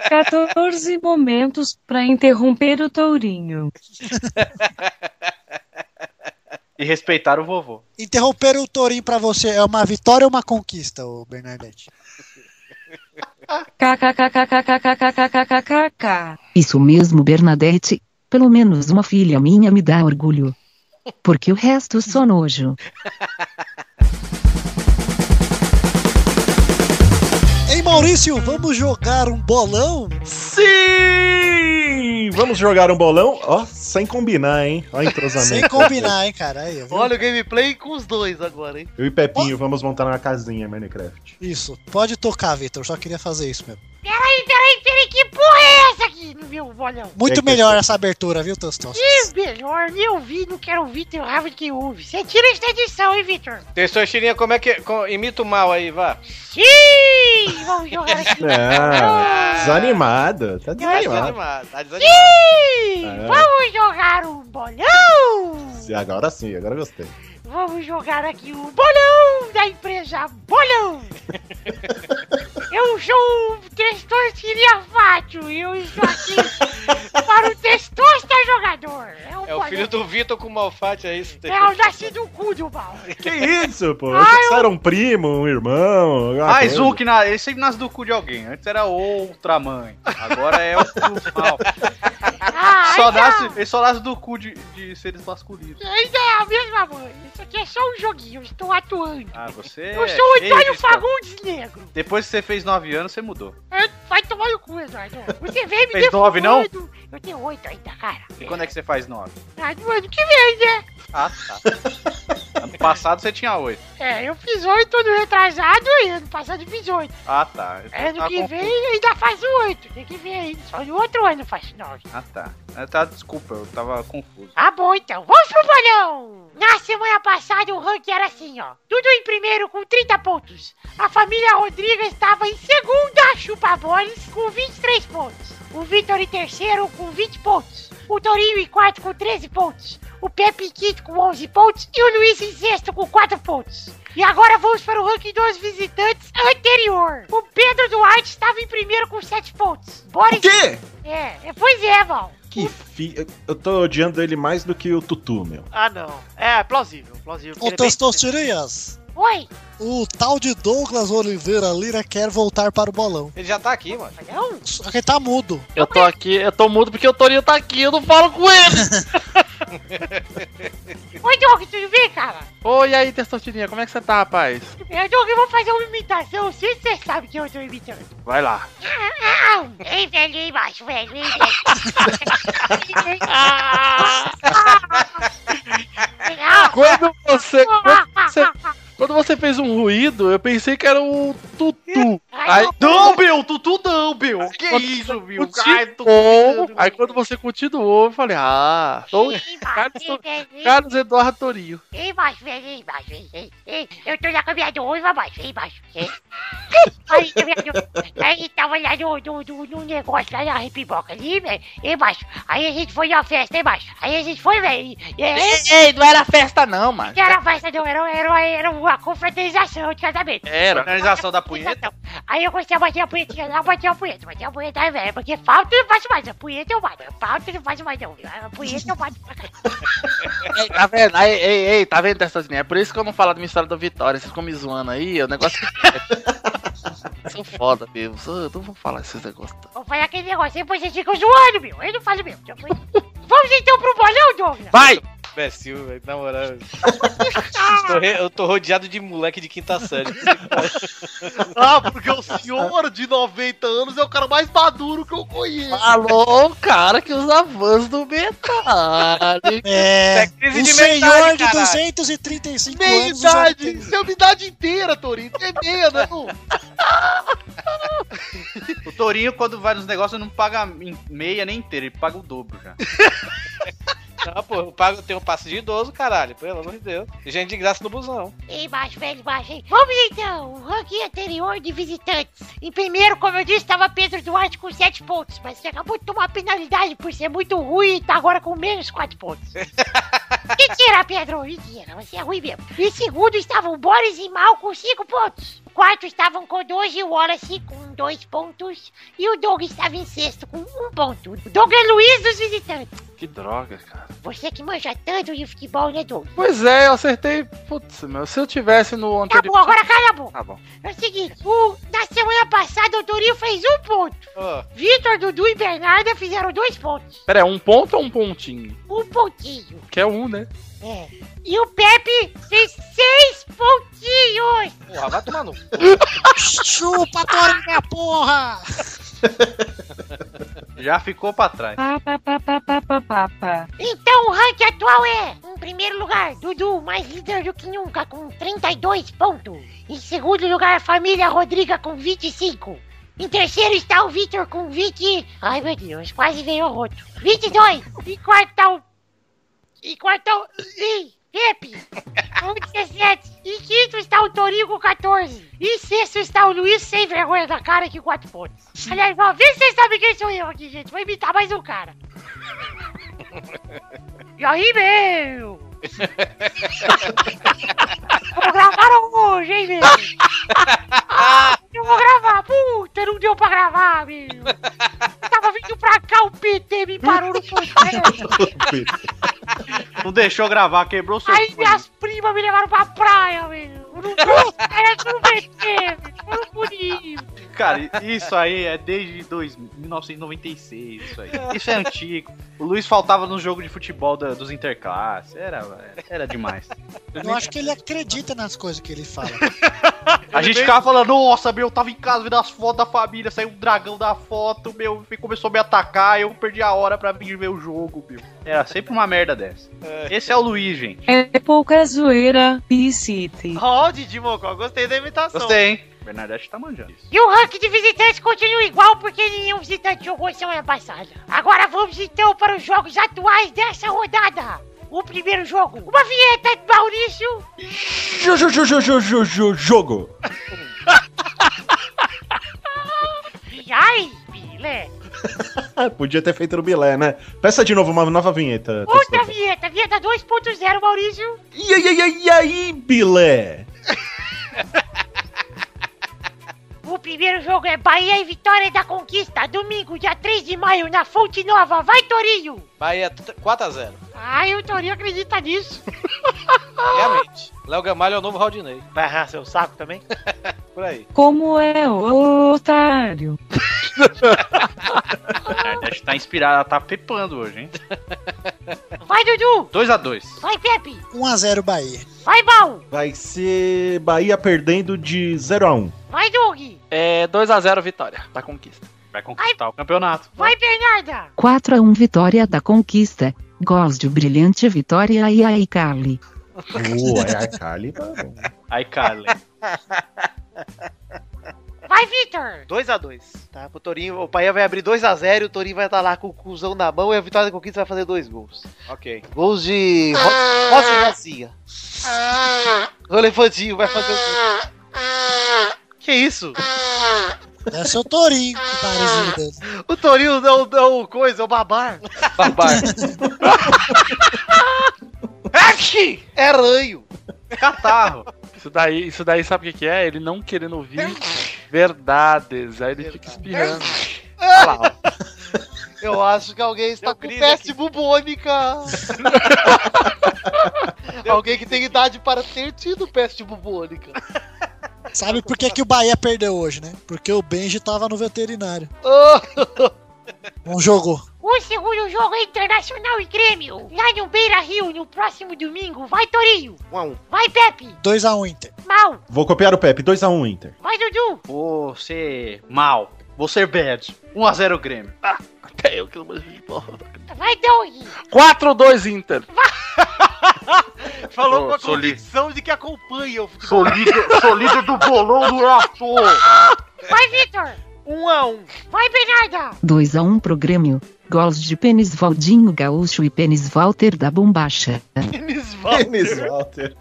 Speaker 12: 14 momentos pra interromper o tourinho.
Speaker 3: E respeitar o vovô.
Speaker 6: Interromper o tourinho pra você é uma vitória ou uma conquista, ô Bernadette?
Speaker 12: KKKKKKKKKKKK.
Speaker 13: Isso mesmo, Bernadette. Pelo menos uma filha minha me dá orgulho. Porque o resto só nojo.
Speaker 6: Ei, Maurício, vamos jogar um bolão?
Speaker 5: Sim! Vamos jogar um bolão? Ó, sem combinar, hein? Ó, entrosamento.
Speaker 6: Sem combinar, hein, cara? Aí, viu?
Speaker 7: Olha o gameplay com os dois agora, hein?
Speaker 5: Eu e Pepinho vamos montar uma casinha Minecraft.
Speaker 6: Isso, pode tocar, Vitor, só queria fazer isso mesmo.
Speaker 10: Peraí, peraí, peraí, que porra é essa aqui, meu bolão?
Speaker 6: Muito melhor essa abertura, viu, Tostão?
Speaker 10: Que melhor, nem ouvi, não quero ouvir teu rabo de quem ouve. Você tira isso da edição, hein, Vitor?
Speaker 8: Testou Chirinha, como é que. com- imita o mal aí, vá.
Speaker 10: Sim! Vamos jogar aqui.
Speaker 5: Não, É, desanimado. Ah! Tá desanimado.
Speaker 8: tá
Speaker 10: Sim!
Speaker 5: É.
Speaker 10: Vamos jogar um bolão!
Speaker 5: Agora sim, agora eu gostei.
Speaker 10: Vamos jogar aqui o bolão da empresa Bolão! Eu sou o Testor Siriafato e eu estou aqui para o Testosta Jogador! É, um
Speaker 8: É o filho do Vitor com o Malfate, é isso?
Speaker 10: É o nascido do cu do mal!
Speaker 5: Que isso, pô? Eu pensei que era um primo, um irmão. alguma
Speaker 4: Tá
Speaker 3: Mais
Speaker 5: coisa.
Speaker 3: um que na, ele sempre nasce do cu de alguém. Antes era outra mãe. Agora é o cu mal.
Speaker 10: Ah,
Speaker 3: só nasce, ele só nasce do cu de, de seres masculinos.
Speaker 10: Ainda é a mesma mãe! Isso aqui é só um joguinho, eu estou atuando!
Speaker 3: Ah, você.
Speaker 10: eu
Speaker 3: é
Speaker 10: sou o
Speaker 3: cheio
Speaker 10: Antônio
Speaker 3: de história.
Speaker 10: Fagundes Negro!
Speaker 3: Depois que você fez 9 anos, você mudou.
Speaker 10: Eu- Vai tomar no cu, Eduardo! né? Você vem me
Speaker 3: Fez nove, não?
Speaker 10: defumando. Eu tenho oito ainda, cara!
Speaker 3: E quando é que você faz 9?
Speaker 10: Ah, no ano que vem, né?
Speaker 3: Ah, tá. ano passado você tinha 8.
Speaker 10: É, eu fiz oito ano retrasado e ano passado eu fiz oito.
Speaker 3: Ah, tá. Eu
Speaker 10: Ano
Speaker 3: tava
Speaker 10: É, que
Speaker 3: confuso.
Speaker 10: vem ainda faço oito. Tem que ver aí. Só no outro ano eu faço nove.
Speaker 3: Ah, tá. Ah, tá. Desculpa, eu tava confuso.
Speaker 10: Tá bom então, vamos pro bolão! Na semana passada o ranking era assim, ó. Tudo em primeiro com 30 pontos. A família Rodrigues estava em segunda, chupa bolas, com 23 pontos. O Vitor em terceiro com 20 pontos. O Torinho em quarto com 13 pontos. O Pepe em quinto com 11 pontos. E o Luiz em sexto com 4 pontos. E agora vamos para o ranking dos visitantes anterior. O Pedro Duarte estava em primeiro com 7 pontos. Boris...
Speaker 5: O quê?
Speaker 10: É, pois é, Val.
Speaker 5: Que fi... Eu tô odiando ele mais do que o Tutu, meu.
Speaker 7: Ah, não. É, plausível, plausível.
Speaker 6: Ô,
Speaker 7: Ele é bem-
Speaker 6: Tostostirias,
Speaker 10: Oi!
Speaker 6: o tal de Douglas Oliveira Lira quer voltar para o bolão.
Speaker 8: Ele já tá aqui, mano.
Speaker 6: Só que ele tá mudo.
Speaker 4: Eu tô aqui, eu tô mudo porque o Torinho tá aqui, eu não falo com ele.
Speaker 10: Oi, Doug, tudo bem, cara?
Speaker 4: Oi, e aí, Testotirinha, como é que você tá, rapaz?
Speaker 10: É, Doug, eu vou fazer uma imitação, se você sabe que eu tô imitando.
Speaker 4: Vai lá.
Speaker 10: Ah, ah, ei, velho, ei, macho, velho, ei, velho. Ah,
Speaker 4: Quando você,
Speaker 10: Ah,
Speaker 4: quando você. quando você fez um ruído, eu pensei que era o Tutu. Aí, não, Bill, Tutu não, Bill. Que isso, Bill?
Speaker 3: Ai, né?
Speaker 4: Aí quando você continuou, eu falei, ah, sou o Carlos,
Speaker 10: ei, velho, ei.
Speaker 4: Carlos Eduardo Torinho.
Speaker 10: Ei, macho, velho, ei, macho, ei, ei, ei. Eu tô na caminha do noiva, macho, ei, macho, ei. Aí, tá vendo? Aí tava lá no, no, no, no negócio lá na pipoca ali, velho. Ei, macho. Aí a gente foi na festa, hein, macho. Aí a gente foi, velho. e-
Speaker 4: Ei, não era festa não, mano.
Speaker 10: Não É? era festa, não, era, era, era uma confraternização de casamento.
Speaker 4: Era.
Speaker 3: Organização da punheta.
Speaker 10: Aí eu comecei a bater a punhetinha lá, bati a punheta, bati a punheta, aí, velho, porque falta eu não faço mais, a punheta eu bato, falta eu não faço mais não, viu? a punheta eu bato pra caralho.
Speaker 4: Ei, tá vendo? Ei, ei, ei, tá vendo, Testotirinha? É por isso que eu não falo da minha história da vitória. Vocês ficam me zoando aí, é um negócio que... Sou foda mesmo, sou- eu não vou falar esses negócios.
Speaker 10: Vou falar aquele negócio, aí vocês ficam zoando, meu, eu não faço mesmo. Depois- Vamos então pro bolão, Douglas?
Speaker 4: Vai!
Speaker 8: imbecil, velho. Na moral. Eu tô re- Eu tô rodeado de moleque de quinta série.
Speaker 7: Ah, porque o senhor de 90 anos é o cara mais maduro que eu conheço.
Speaker 14: Falou o cara que os avanços do Metallica.
Speaker 6: É,
Speaker 14: crise
Speaker 6: um
Speaker 14: de
Speaker 6: senhor
Speaker 14: metade,
Speaker 6: de
Speaker 14: caralho.
Speaker 6: 235
Speaker 7: Meia
Speaker 6: anos. usando
Speaker 7: idade,
Speaker 6: tênis.
Speaker 7: isso é uma idade inteira, Torinho. Isso é meia, não.
Speaker 3: O Torinho, quando vai nos negócios, não paga em meia nem inteira, ele paga o dobro já.
Speaker 8: Não, pô, eu pago, eu tenho um passe de idoso, caralho. Pelo amor de Deus. Gente de graça no busão.
Speaker 10: Ei, baixo, velho, baixo, hein? Vamos então, o ranking anterior de visitantes. Em primeiro, como eu disse, estava Pedro Duarte com 7 pontos, mas você acabou de tomar penalidade por ser muito ruim e tá agora com menos 4 pontos. Mentira, Pedro, mentira, você é ruim mesmo. Em segundo estavam Boris e Mal com 5 pontos. Quarto estavam Kodoji e Wallace com 2 pontos. E o Doug estava em sexto com 1 um ponto. O Doug é Luiz dos visitantes.
Speaker 4: Que droga, cara.
Speaker 10: Você que manja tá tanto de futebol, né, Doug?
Speaker 4: Pois é, eu acertei. Putz, meu, se eu tivesse no
Speaker 10: Tá
Speaker 4: anterior.
Speaker 10: bom, agora cala a boca.
Speaker 4: Tá bom.
Speaker 10: É o seguinte, o- na semana passada o Torinho fez um ponto. Vitor, Dudu e Bernarda fizeram dois pontos.
Speaker 4: Pera, é um ponto ou um pontinho?
Speaker 10: Um pontinho.
Speaker 4: Que é um, né?
Speaker 10: É. E o Pepe fez seis pontinhos.
Speaker 8: Porra, vai tomar no.
Speaker 6: Chupa, Torinha, porra!
Speaker 3: Já ficou pra trás.
Speaker 12: Papa, papa, papa, papa.
Speaker 10: Então o ranking atual é, em primeiro lugar, Dudu, mais líder do que nunca, com 32 pontos. Em segundo lugar, a família Rodriga com 25. Em terceiro está o Vitor com 20. Ai meu Deus, quase veio o roto. 22. Em quarto está o. Em quarto está o. Ih, Pepe, com 17. Em quinto está o Torinho com 14. E em sexto está o Luiz sem vergonha da cara que 4 pontos. Aliás, ó, vê se vocês sabem quem sou eu aqui, gente. Vou imitar mais um cara. E aí, meu? Vou gravar hoje, hein, meu? Ah, eu vou gravar. Puta, não deu pra gravar, meu. Tava vindo pra cá, o PT me parou no podcast.
Speaker 3: Não deixou gravar, quebrou seu
Speaker 10: Aí
Speaker 3: cu.
Speaker 10: minhas primas me levaram pra praia, meu. Eu não era do PT, meu. Eu não podia.
Speaker 3: Cara, isso aí é desde 2000, 1996, isso aí. Isso é antigo. O Luiz faltava no jogo de futebol da- dos interclasses. Era, era demais.
Speaker 6: Eu acho que ele acredita nas coisas que ele fala.
Speaker 3: A gente ficava falando, nossa, meu, eu tava em casa vendo as fotos da família, saiu um dragão da foto, meu, e começou a me atacar, eu perdi a hora pra vir ver o jogo, meu. Era sempre uma merda dessa. Esse é o Luiz, gente.
Speaker 12: É pouca zoeira, P-City.
Speaker 7: Ó, o Didi Mocó, gostei da imitação.
Speaker 3: Gostei, hein? Bernadette tá manjando.
Speaker 10: E o ranking de visitantes continua igual porque nenhum visitante jogou semana passada. Agora vamos então para os jogos atuais dessa rodada. O primeiro jogo, uma vinheta de Maurício.
Speaker 5: Jo- jo- jo- jo- jo- jo- jo- Jogo!
Speaker 10: E ai, Bilé.
Speaker 5: Ah, Podia ter feito no bilé, né? Peça de novo uma nova vinheta.
Speaker 10: Outra vinheta, vinheta 2.0, Maurício.
Speaker 5: E aí, e aí, e aí, bilé?
Speaker 10: O primeiro jogo é Bahia e Vitória da Conquista, domingo, dia 3 de maio, na Fonte Nova. Vai, Torinho!
Speaker 8: Bahia t- 4x0.
Speaker 10: Ai, o Torinho acredita nisso.
Speaker 8: Realmente. Léo Gamalho é o novo Rodinei.
Speaker 14: Vai arrasar seu saco também?
Speaker 8: Por aí.
Speaker 12: Como é o otário?
Speaker 3: Bernadette tá inspirada, ela tá pepando hoje, hein?
Speaker 10: Vai, Dudu!
Speaker 3: 2x2.
Speaker 10: Vai, Pepe!
Speaker 6: 1x0 Bahia.
Speaker 10: Vai, Mal!
Speaker 5: Vai ser Bahia perdendo de 0x1.
Speaker 10: Vai, Doug!
Speaker 4: É 2x0 vitória da conquista.
Speaker 3: Vai conquistar o campeonato.
Speaker 10: Vai, Bernarda!
Speaker 13: 4 a 1 vitória da conquista. Gols de brilhante vitória ai ai Carly.
Speaker 5: Boa, é a Cali, tá bom.
Speaker 3: Ai, Carly.
Speaker 10: Vai, Vitor!
Speaker 7: 2x2, tá? Pro Torinho, o Bahia vai abrir 2x0 o Torinho vai estar lá com o cuzão na mão e a Vitória da Conquista vai fazer dois gols.
Speaker 8: Ok.
Speaker 7: Gols de Ro- Rossi Garcia. O Elefantinho vai fazer o gol. Que isso?
Speaker 6: Deve ser o É Torinho que tá resumido dele.
Speaker 7: O Torinho não é o coisa, é o babar.
Speaker 8: Babar.
Speaker 7: Axi! É ranho.
Speaker 3: Catarro.
Speaker 4: Isso daí, isso daí sabe o que, que é? Ele não querendo ouvir verdades. Aí ele fica espirrando. Olha lá, ó.
Speaker 7: Eu acho que alguém está com peste bubônica. alguém que tem idade para ter tido peste bubônica.
Speaker 6: Sabe por que, que o Bahia perdeu hoje, né? Porque o Benji tava no veterinário.
Speaker 14: Oh.
Speaker 6: Bom jogo.
Speaker 10: O segundo jogo é Internacional e Grêmio. Lá no Beira Rio, no próximo domingo. Vai, Torinho.
Speaker 5: 1x1.
Speaker 10: Vai, Pepe.
Speaker 6: 2x1 Inter.
Speaker 10: Mal.
Speaker 5: Vou copiar o Pepe, 2x1 Inter.
Speaker 10: Vai, Dudu.
Speaker 3: Vou ser mal. Vou ser bad. 1x0 Grêmio. Ah, até eu que não manjo de bola.
Speaker 10: Vai, Doug.
Speaker 4: 4-2 Inter.
Speaker 7: Falou
Speaker 4: Ô,
Speaker 7: com a
Speaker 4: sou líder.
Speaker 7: convicção de que acompanha o futebol.
Speaker 4: Sou líder- sou líder do bolão do
Speaker 7: aço.
Speaker 10: Vai, Vitor.
Speaker 7: 1x1.
Speaker 10: Vai, Bernarda.
Speaker 13: 2 a 1 pro Grêmio. Gols de Pênis Valdinho Gaúcho e Pênis Walter da Bombacha.
Speaker 3: Eles
Speaker 5: Dennis Walter.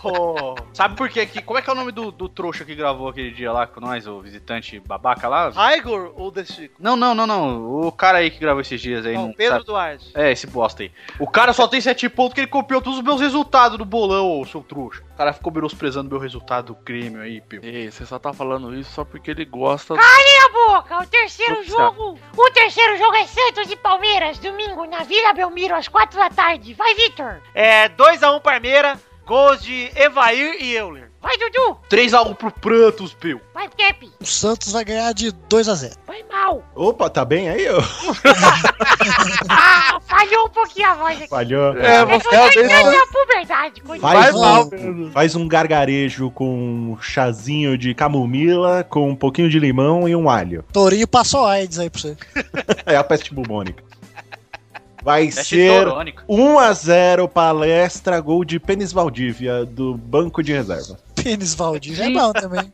Speaker 3: Pô, Sabe por quê? Que, como é que é o nome do, do trouxa que gravou aquele dia lá com nós, o visitante babaca lá?
Speaker 7: Ah. Igor ou The Chico?
Speaker 3: Não, não, não, não. O cara aí que gravou esses dias aí.
Speaker 7: Não,
Speaker 3: não
Speaker 7: Pedro
Speaker 3: sabe?
Speaker 7: Duarte.
Speaker 3: É, esse bosta aí. O cara só tem 7 pontos que ele copiou todos os meus resultados do bolão, ô, seu trouxa. O cara ficou menosprezando meu resultado do Grêmio aí, pio.
Speaker 4: Ei, você só tá falando isso só porque ele gosta.
Speaker 10: Calem a boca! O terceiro
Speaker 4: Ups,
Speaker 10: jogo. O terceiro jogo é Santos e Palmeiras, domingo, na Vila Belmiro, às quatro da tarde. Vai, Vitor!
Speaker 7: É 2x1 Parmeira, gols de Evair e Euler.
Speaker 10: Vai, Dudu!
Speaker 3: 3x1 pro Prantos, Pio.
Speaker 10: Vai, Pepe!
Speaker 6: O Santos vai ganhar de 2x0.
Speaker 10: Vai mal!
Speaker 5: Opa, tá bem aí? ô?
Speaker 10: Ah, falhou um pouquinho a voz aqui.
Speaker 5: Falhou.
Speaker 10: É, você é a puberdade. coitado.
Speaker 5: Faz, um, faz um gargarejo com um chazinho de camomila, com um pouquinho de limão e um alho.
Speaker 6: Torinho passou AIDS aí pra você.
Speaker 5: É a peste bubônica. Vai
Speaker 6: Peste
Speaker 5: ser
Speaker 6: torônica.
Speaker 5: 1x0 palestra, gol de Pênis Valdívia, do banco de reserva.
Speaker 6: Pênis Valdir é bom também.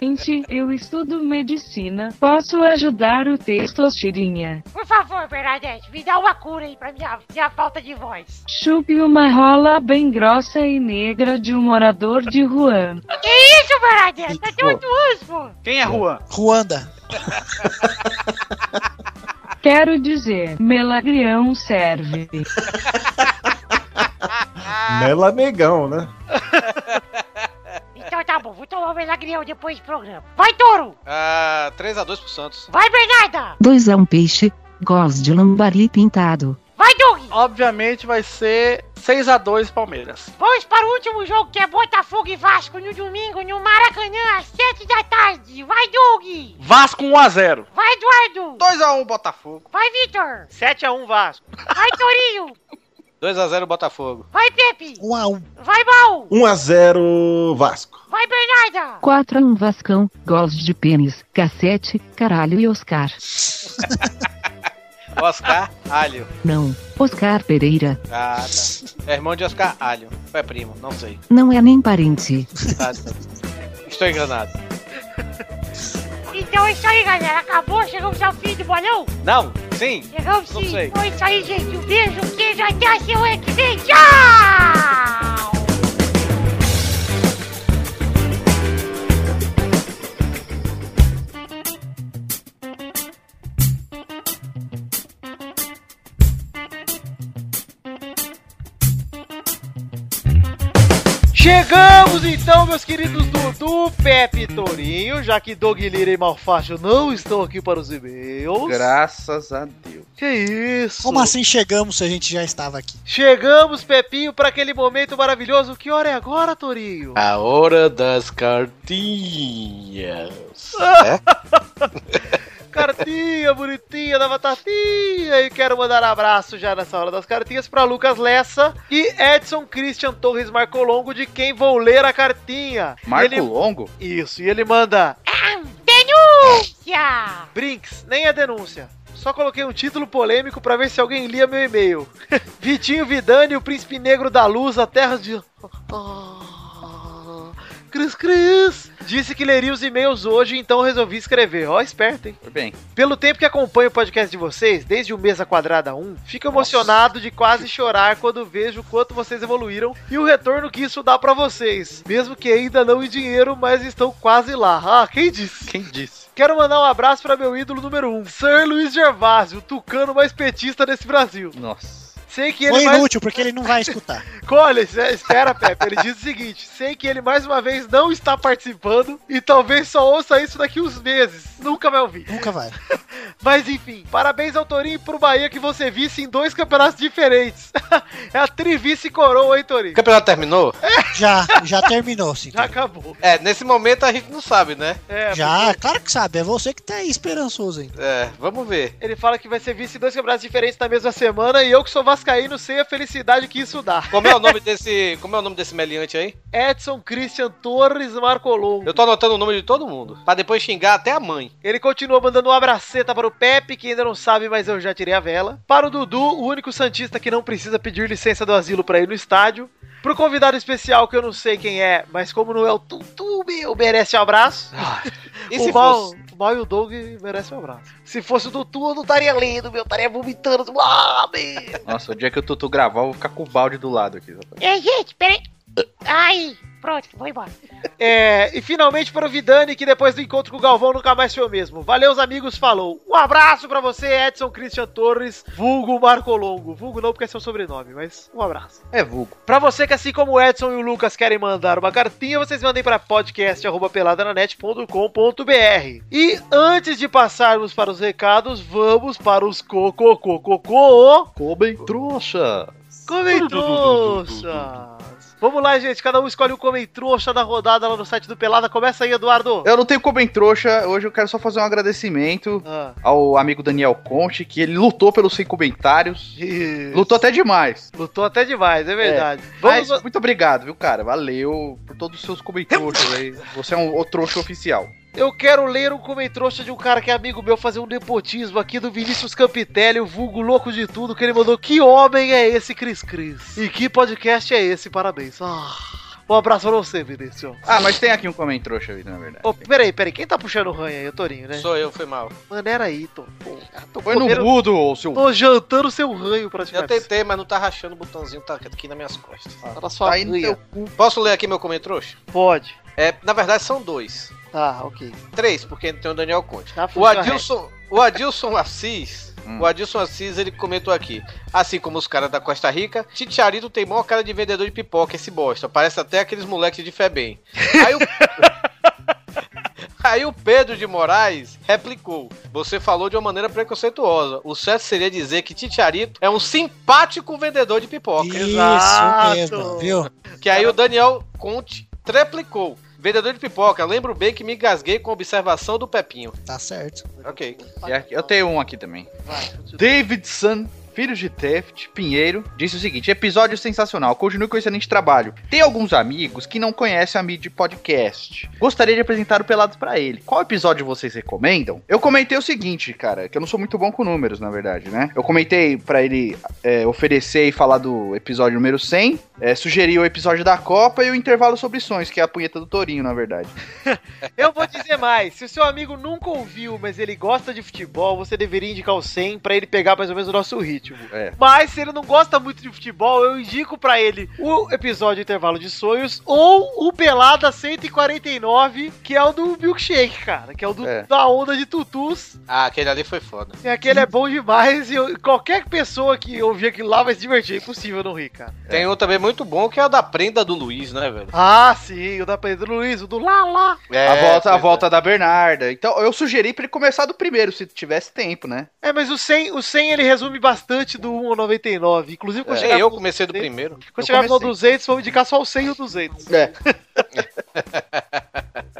Speaker 12: Gente, eu estudo medicina. Posso ajudar o testosterinha?
Speaker 10: Por favor, Bernadette, me dá uma cura aí pra minha, minha falta de voz.
Speaker 12: Chupe uma rola bem grossa e negra de um morador de Juan.
Speaker 10: Que isso, Bernadette? Tá
Speaker 12: Pô.
Speaker 10: muito usbo.
Speaker 3: Quem é Juan?
Speaker 6: Ruanda.
Speaker 12: Quero dizer, melagrião serve.
Speaker 5: Mela negão, né?
Speaker 10: Então tá bom, vou tomar o melagrião depois do programa. Vai, Toro!
Speaker 8: Ah, 3x2 pro Santos.
Speaker 10: Vai, Bernarda!
Speaker 13: 2 a 1 é Peixe. Gols de Lambari Pintado.
Speaker 10: Vai, Doug!
Speaker 4: Obviamente vai ser 6x2 Palmeiras.
Speaker 10: Vamos para o último jogo que é Botafogo e Vasco no domingo no Maracanã, às 7 da tarde. Vai, Doug!
Speaker 4: Vasco 1x0.
Speaker 10: Vai, Eduardo!
Speaker 8: 2x1 Botafogo.
Speaker 10: Vai, Vitor!
Speaker 7: 7x1 Vasco.
Speaker 10: Vai, Torinho!
Speaker 8: 2x0 Botafogo.
Speaker 10: Vai, Pepe!
Speaker 6: 1x1.
Speaker 10: Vai, Mal!
Speaker 5: 1x0 Vasco.
Speaker 10: Vai, Bernarda!
Speaker 13: 4 a 1 Vascão. Gols de Pênis, Cassete, Caralho e Oscar.
Speaker 8: Oscar Alho.
Speaker 13: Não, Oscar Pereira.
Speaker 8: Ah, tá. É irmão de Oscar Alho. Ou é primo? Não sei.
Speaker 13: Não é nem parente.
Speaker 8: Tá, tá. Estou enganado.
Speaker 10: Então é isso aí, galera. Acabou, chegamos ao fim do bolão.
Speaker 8: Não? Sim?
Speaker 10: Chegamos
Speaker 8: Não
Speaker 10: sim.
Speaker 8: sei.
Speaker 10: Então é isso aí, gente. Um beijo, um queijo, até a semana que vem. Tchau!
Speaker 7: Chegamos então, meus queridos Dudu, Pepe e Torinho, já que Doug Lira e Malfácio não estão aqui para os e-mails.
Speaker 3: Graças a Deus.
Speaker 7: Que isso?
Speaker 6: Como assim chegamos se a gente já estava aqui?
Speaker 7: Chegamos, Pepinho, para aquele momento maravilhoso. Que hora é agora, Torinho?
Speaker 15: A hora das cartinhas.
Speaker 7: Cartinha bonitinha da batatinha. E quero mandar um abraço já nessa hora das cartinhas para Lucas Lessa e Edson Christian Torres Marcolongo, de quem vou ler a cartinha.
Speaker 3: Marco
Speaker 7: Ele-
Speaker 3: Longo?
Speaker 7: Isso, e ele manda.
Speaker 10: Denúncia!
Speaker 7: Brinks, nem a denúncia. Só coloquei um título polêmico pra ver se alguém lia meu e-mail. Vitinho Vidani, o príncipe negro da luz, a terra de. Cris Cris! Disse que leria os e-mails hoje, então resolvi escrever. Ó, esperto, hein?
Speaker 3: Foi bem.
Speaker 7: Pelo tempo que acompanho o podcast de vocês, desde o Mesa Quadrada 1, fico emocionado de quase chorar quando vejo o quanto vocês evoluíram e o retorno que isso dá pra vocês. Mesmo que ainda não em dinheiro, mas estão quase lá. Ah, quem disse?
Speaker 3: Quem disse?
Speaker 7: Quero mandar um abraço pra meu ídolo número 1, um, Sir Luiz Gervásio, o tucano mais petista desse Brasil.
Speaker 3: Nossa.
Speaker 7: Sei que ele
Speaker 6: Foi
Speaker 7: mais...
Speaker 6: inútil, porque ele não vai escutar.
Speaker 7: Olha, es- espera, Pepe. Ele diz o seguinte: sei que ele mais uma vez não está participando e talvez só ouça isso daqui uns meses. Nunca vai ouvir.
Speaker 6: Nunca vai.
Speaker 7: Mas enfim, parabéns ao Torinho e pro Bahia que você visse em dois campeonatos diferentes. é a trivice coroa, hein, Torinho?
Speaker 8: O campeonato terminou?
Speaker 6: Já, já terminou, sim.
Speaker 7: Já acabou.
Speaker 8: É, nesse momento a gente não sabe, né?
Speaker 7: É,
Speaker 6: Já, claro que sabe, é você que tá aí esperançoso ainda.
Speaker 8: É, vamos ver.
Speaker 7: Ele fala que vai ser vice em dois campeonatos diferentes na mesma semana e eu que sou vascaíno sei a felicidade que isso dá.
Speaker 8: Como é o nome desse, como é o nome desse meliante aí?
Speaker 7: Edson Christian Torres Marcolongo.
Speaker 8: Eu tô anotando o nome de todo mundo, pra depois xingar até a mãe.
Speaker 7: Ele continua mandando um abraceta para o Pepe, que ainda não sabe, mas eu já tirei a vela. Para o Dudu, o único Santista que não precisa pedir licença do asilo para ir no estádio. Pro convidado especial, que eu não sei quem é, mas como não é o Tutu, meu, merece um abraço.
Speaker 8: E
Speaker 7: o
Speaker 8: se
Speaker 7: Mal,
Speaker 8: fosse?
Speaker 7: o Mal e o Doug merecem um abraço. Se fosse o Dutu, eu não estaria lendo, meu, eu estaria vomitando. Ah, meu.
Speaker 8: Nossa, o dia que o Tutu gravar, eu vou ficar com o balde do lado aqui.
Speaker 10: Ei, gente, peraí. Aí, pronto, vou embora.
Speaker 7: É, e finalmente para o Vidani, que depois do encontro com o Galvão nunca mais foi o mesmo. Valeu, os amigos, falou. Um abraço para você, Edson Christian Torres, vulgo Marcolongo. Vulgo não, porque é seu sobrenome, mas um abraço.
Speaker 8: É vulgo.
Speaker 7: Pra você que, assim como o Edson e o Lucas, querem mandar uma cartinha, vocês mandem para podcast.peladananet.com.br. E antes de passarmos para os recados, vamos para os cococococô.
Speaker 8: Comem trouxa.
Speaker 7: Comem trouxas. Vamos lá, gente. Cada um escolhe o Comem Trouxa da rodada lá no site do Pelada. Começa aí, Eduardo.
Speaker 3: Eu não tenho como em trouxa, hoje eu quero só fazer um agradecimento
Speaker 7: Ah.
Speaker 3: ao amigo Daniel Conte, que ele lutou pelos 100 comentários. Lutou até demais.
Speaker 7: Lutou até demais, é verdade.
Speaker 3: Vamos-
Speaker 7: Vamos-
Speaker 3: muito obrigado, viu, cara? Valeu por todos os seus
Speaker 8: um
Speaker 3: comentários aí. Você é um o trouxa oficial.
Speaker 7: Eu quero ler um comentrouxa de um cara que é amigo meu, fazer um nepotismo aqui do Vinícius Campitelli, o vulgo louco de tudo, que ele mandou. Que homem é esse, Cris Cris? E que podcast é esse? Parabéns. Ah, um abraço pra você, Vinícius.
Speaker 3: Ah, mas tem aqui um comem trouxa, Vitor, na verdade.
Speaker 7: Ô, peraí, peraí. Quem tá puxando o ranho aí? O Torinho, né?
Speaker 8: Sou eu, foi mal.
Speaker 7: Mano, era aí, Tom. Pô, Ah, tô
Speaker 3: Foi no
Speaker 7: comendo-
Speaker 3: mudo, ô, seu.
Speaker 7: Tô jantando seu ranho,
Speaker 8: Eu
Speaker 7: praticamente.
Speaker 8: tentei, mas não tá rachando o botãozinho, tá aqui nas minhas costas.
Speaker 4: Ah,
Speaker 7: Era sua
Speaker 8: Tá indo
Speaker 7: ranha.
Speaker 8: Posso ler aqui meu comentrouxa?
Speaker 7: Pode.
Speaker 8: É, na verdade são dois.
Speaker 7: Tá, ok.
Speaker 8: Três, porque tem o Daniel Conte.
Speaker 7: Tá,
Speaker 8: O
Speaker 7: puxa
Speaker 8: Adilson, o Adilson Assis.
Speaker 3: Hum.
Speaker 8: O Adilson Assis, ele comentou aqui. Assim como os caras da Costa Rica, Titiarito tem maior cara de vendedor de pipoca, esse bosta. Parece até aqueles moleques de Febem. Aí o... Aí o Pedro de Moraes replicou: Você falou de uma maneira preconceituosa. O certo seria dizer que Titiarito é um simpático vendedor de pipoca.
Speaker 6: Isso mesmo, viu?
Speaker 8: Que aí o Daniel Conte triplicou. Vendedor de pipoca, lembro bem que me engasguei com a observação do Pepinho.
Speaker 6: Tá certo.
Speaker 8: Ok.
Speaker 3: E aqui- Eu tenho um aqui também.
Speaker 7: Vai,
Speaker 3: Davidson, filho de Theft, Pinheiro, disse o seguinte: episódio sensacional, continue com excelente trabalho. Tem alguns amigos que não conhecem a mídia de podcast. Gostaria de apresentar o Pelado pra ele. Qual episódio vocês recomendam? Eu comentei o seguinte, cara, que eu não sou muito bom com números, na verdade, né? Eu comentei pra ele é, oferecer e falar do episódio número 100, é, sugeri o episódio da Copa e o intervalo sobre sonhos, que é a punheta do Torinho, na verdade.
Speaker 7: Eu vou dizer mais. Se o seu amigo nunca ouviu, mas ele gosta de futebol, você deveria indicar o 100 pra ele pegar mais ou menos o nosso ritmo.
Speaker 3: É.
Speaker 7: Mas se ele não gosta muito de futebol, eu indico pra ele o episódio Intervalo de Sonhos ou o Pelada 149, que é o do milkshake, cara, que é o do-
Speaker 8: É.
Speaker 7: da onda de tutus.
Speaker 8: Ah, aquele ali foi foda.
Speaker 7: E aquele é bom demais e eu- qualquer pessoa que ouvir aquilo lá vai se divertir. É impossível não rir, cara.
Speaker 8: Tem um também muito bom que é o da prenda do Luiz, né, velho?
Speaker 7: Ah, sim, o da Pedro Luiz, o do Lala.
Speaker 8: É,
Speaker 3: a volta, a
Speaker 8: pois
Speaker 3: volta da Bernarda. Então, eu sugeri pra ele começar do primeiro, se tivesse tempo, né?
Speaker 7: É, mas o 100, o 100 ele resume bastante do 1 ao 99. Inclusive, quando chegar
Speaker 8: É, eu
Speaker 7: no
Speaker 8: comecei do
Speaker 7: 200,
Speaker 8: primeiro.
Speaker 7: Quando
Speaker 3: Eu
Speaker 7: chegar no
Speaker 3: comecei.
Speaker 7: 200, vamos indicar só o 100 e o 200.
Speaker 3: É.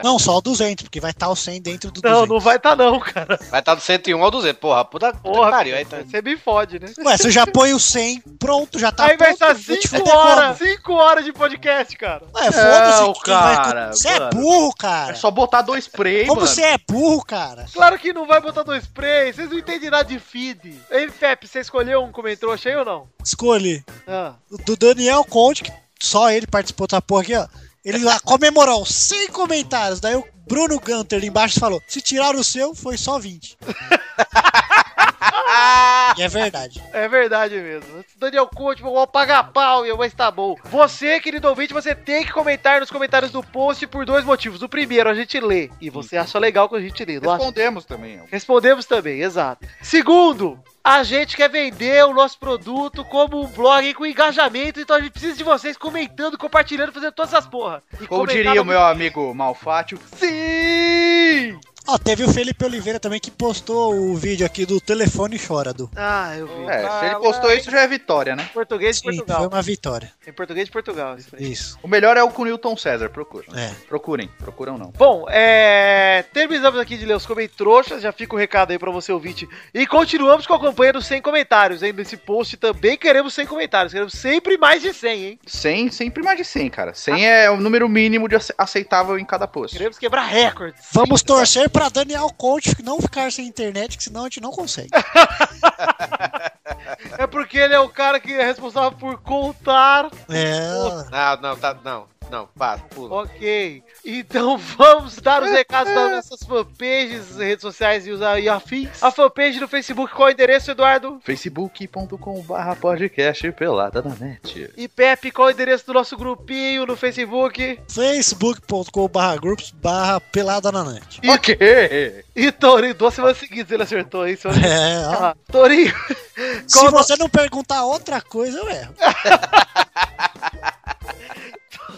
Speaker 6: Não, só o 200, porque vai estar o 100 dentro do
Speaker 7: Não,
Speaker 6: 200.
Speaker 7: não vai tá não, cara.
Speaker 8: Vai estar do 101 ao 200. Porra, puta, puta
Speaker 7: Porra,
Speaker 8: que pariu. Aí
Speaker 3: É.
Speaker 8: tá...
Speaker 7: Você me fode, né?
Speaker 6: Ué, se eu já põe o 100, pronto, já tá
Speaker 7: Aí vai
Speaker 6: pronto.
Speaker 7: estar
Speaker 6: vou te
Speaker 7: 5
Speaker 6: fuder
Speaker 7: horas,
Speaker 6: como.
Speaker 7: 5 horas de podcast, cara.
Speaker 6: Ué, foda-se.
Speaker 3: Não,
Speaker 6: quem vai-
Speaker 3: cara,
Speaker 6: Você é
Speaker 3: mano.
Speaker 6: burro,
Speaker 3: É
Speaker 6: cara.
Speaker 3: só botar dois play,
Speaker 6: Como
Speaker 3: mano.
Speaker 6: você é burro, cara.
Speaker 7: Claro que não vai botar dois spray, vocês não entendem nada de feed. Ei, Pepe, você escolheu um comentrouxa aí ou não?
Speaker 6: Escolhi.
Speaker 7: Ah.
Speaker 6: O Do Daniel Conte, que só ele participou dessa porra aqui, ó. Ele lá comemorou 100 comentários. Daí o Bruno Gunter ali embaixo falou: se tirar o seu, foi só 20. e é verdade.
Speaker 7: É verdade mesmo. Daniel Couto, vou apagar pau, meu, mas tá bom. Você, querido ouvinte, você tem que comentar nos comentários do post por dois motivos. O primeiro, a gente lê. E você acha legal que a gente lê, não acha?
Speaker 3: Respondemos também. ó.
Speaker 7: Respondemos também, exato. Segundo, a gente quer vender o nosso produto como um blog com engajamento, então a gente precisa de vocês comentando, compartilhando, fazendo todas essas porra. E
Speaker 3: Como
Speaker 7: comentar
Speaker 3: diria o
Speaker 7: no-
Speaker 3: meu amigo Malfátio,
Speaker 7: Sim!
Speaker 6: Ó, teve o Felipe Oliveira também que postou o vídeo aqui do telefone chorado.
Speaker 7: Ah, eu vi.
Speaker 3: É, se ele postou isso já é vitória, né?
Speaker 7: Português de
Speaker 6: Sim,
Speaker 7: Portugal.
Speaker 6: foi uma vitória.
Speaker 7: Em português de Portugal. isso aí.
Speaker 6: Isso.
Speaker 3: O melhor é o com o Newton César, procura.
Speaker 6: É.
Speaker 3: Procurem, procuram não.
Speaker 7: Bom, é... terminamos aqui de ler os comentários, já fica o recado aí pra você ouvinte. E continuamos com a campanha dos 100 comentários, hein? Nesse post também queremos 100 comentários, queremos sempre mais de 100, hein?
Speaker 3: 100, sempre mais de 100, cara. 100 é o número mínimo de ace- aceitável em cada post.
Speaker 7: Queremos quebrar recordes.
Speaker 6: Vamos torcer pra Daniel Conte não ficar sem internet, que senão a gente não consegue.
Speaker 7: É porque ele é o cara que é responsável por contar.
Speaker 6: É.
Speaker 8: Não, não, tá, não, não, para, pula.
Speaker 7: Ok. Então vamos dar os recados das nossas fanpages, redes sociais e, os, e afins. A fanpage no Facebook, qual é o endereço, Eduardo?
Speaker 3: facebook.com.br podcast pelada na net.
Speaker 7: E Pepe, qual é o endereço do nosso grupinho no Facebook?
Speaker 6: facebook.com.br groups barra pelada na net.
Speaker 3: Ok!
Speaker 7: E Torinho, duas semanas seguidas ele acertou, hein? seu-
Speaker 6: É, ó.
Speaker 7: Ah, Torinho, é
Speaker 6: Se você não perguntar outra coisa, eu erro.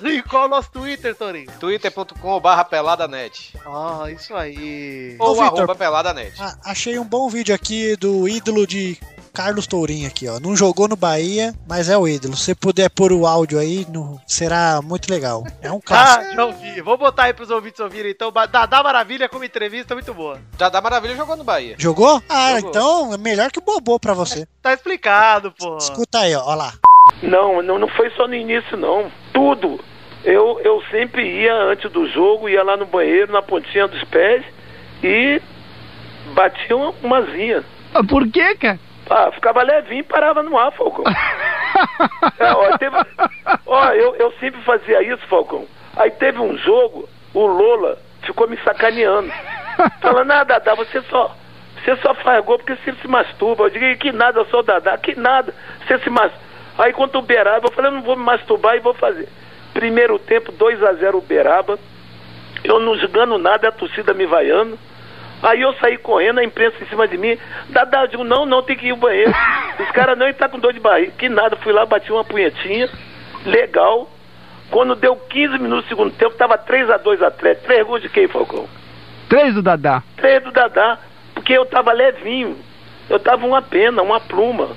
Speaker 7: Torinho, qual é o nosso Twitter, Torinho?
Speaker 8: twitter.com peladanet
Speaker 7: Ah, isso aí.
Speaker 8: ou
Speaker 6: Vitor.
Speaker 8: arroba peladanet.
Speaker 6: Ah, achei um bom vídeo aqui do ídolo de Carlos Tourinho aqui, ó. Não jogou no Bahia, mas é o ídolo. Se puder pôr o áudio aí, no- será muito legal. É um
Speaker 7: Ah,
Speaker 6: clássico.
Speaker 7: já ouvi. Vou botar aí pros ouvintes ouvirem, então. Ba- Dadá Maravilha com uma entrevista muito boa.
Speaker 8: Dadá Maravilha jogou no Bahia.
Speaker 6: Jogou? Ah,
Speaker 8: Jogou.
Speaker 6: então é melhor que o Bobô pra você.
Speaker 7: Tá explicado, pô.
Speaker 6: Escuta aí, ó, ó lá.
Speaker 15: Não, não, não foi só no início, não. Tudo. Eu, eu sempre ia antes do jogo, ia lá no banheiro, na pontinha dos pés e batia uma, uma zinha.
Speaker 14: Por que, cara?
Speaker 15: Ah, ficava levinho e parava no ar, Falcão. É, ó, teve- ó, eu, eu sempre fazia isso, Falcão. Aí teve um jogo, o Lola ficou me sacaneando. Falando, ah, Dadá, você só, você só faz gol porque você se masturba. Eu digo, "Ih, que nada, eu sou o Dadá, que nada, você se masturba. Aí contra o Beraba, eu falei, eu não vou me masturbar e vou fazer. Primeiro tempo, 2 a 0 o Beraba. Eu não jogando nada, a torcida me vaiando. Aí eu saí correndo, a imprensa em cima de mim. Dadá, eu digo, não, não, tem que ir ao banheiro. Os caras não, ele tá com dor de barriga. Que nada, fui lá, bati uma punhetinha. Legal. Quando deu 15 minutos do segundo tempo, tava 3x2 Atlético. Três gols de quem, Falcão?
Speaker 14: Três do Dadá.
Speaker 15: Três do Dadá. Porque eu tava levinho. Eu tava uma pena, uma pluma.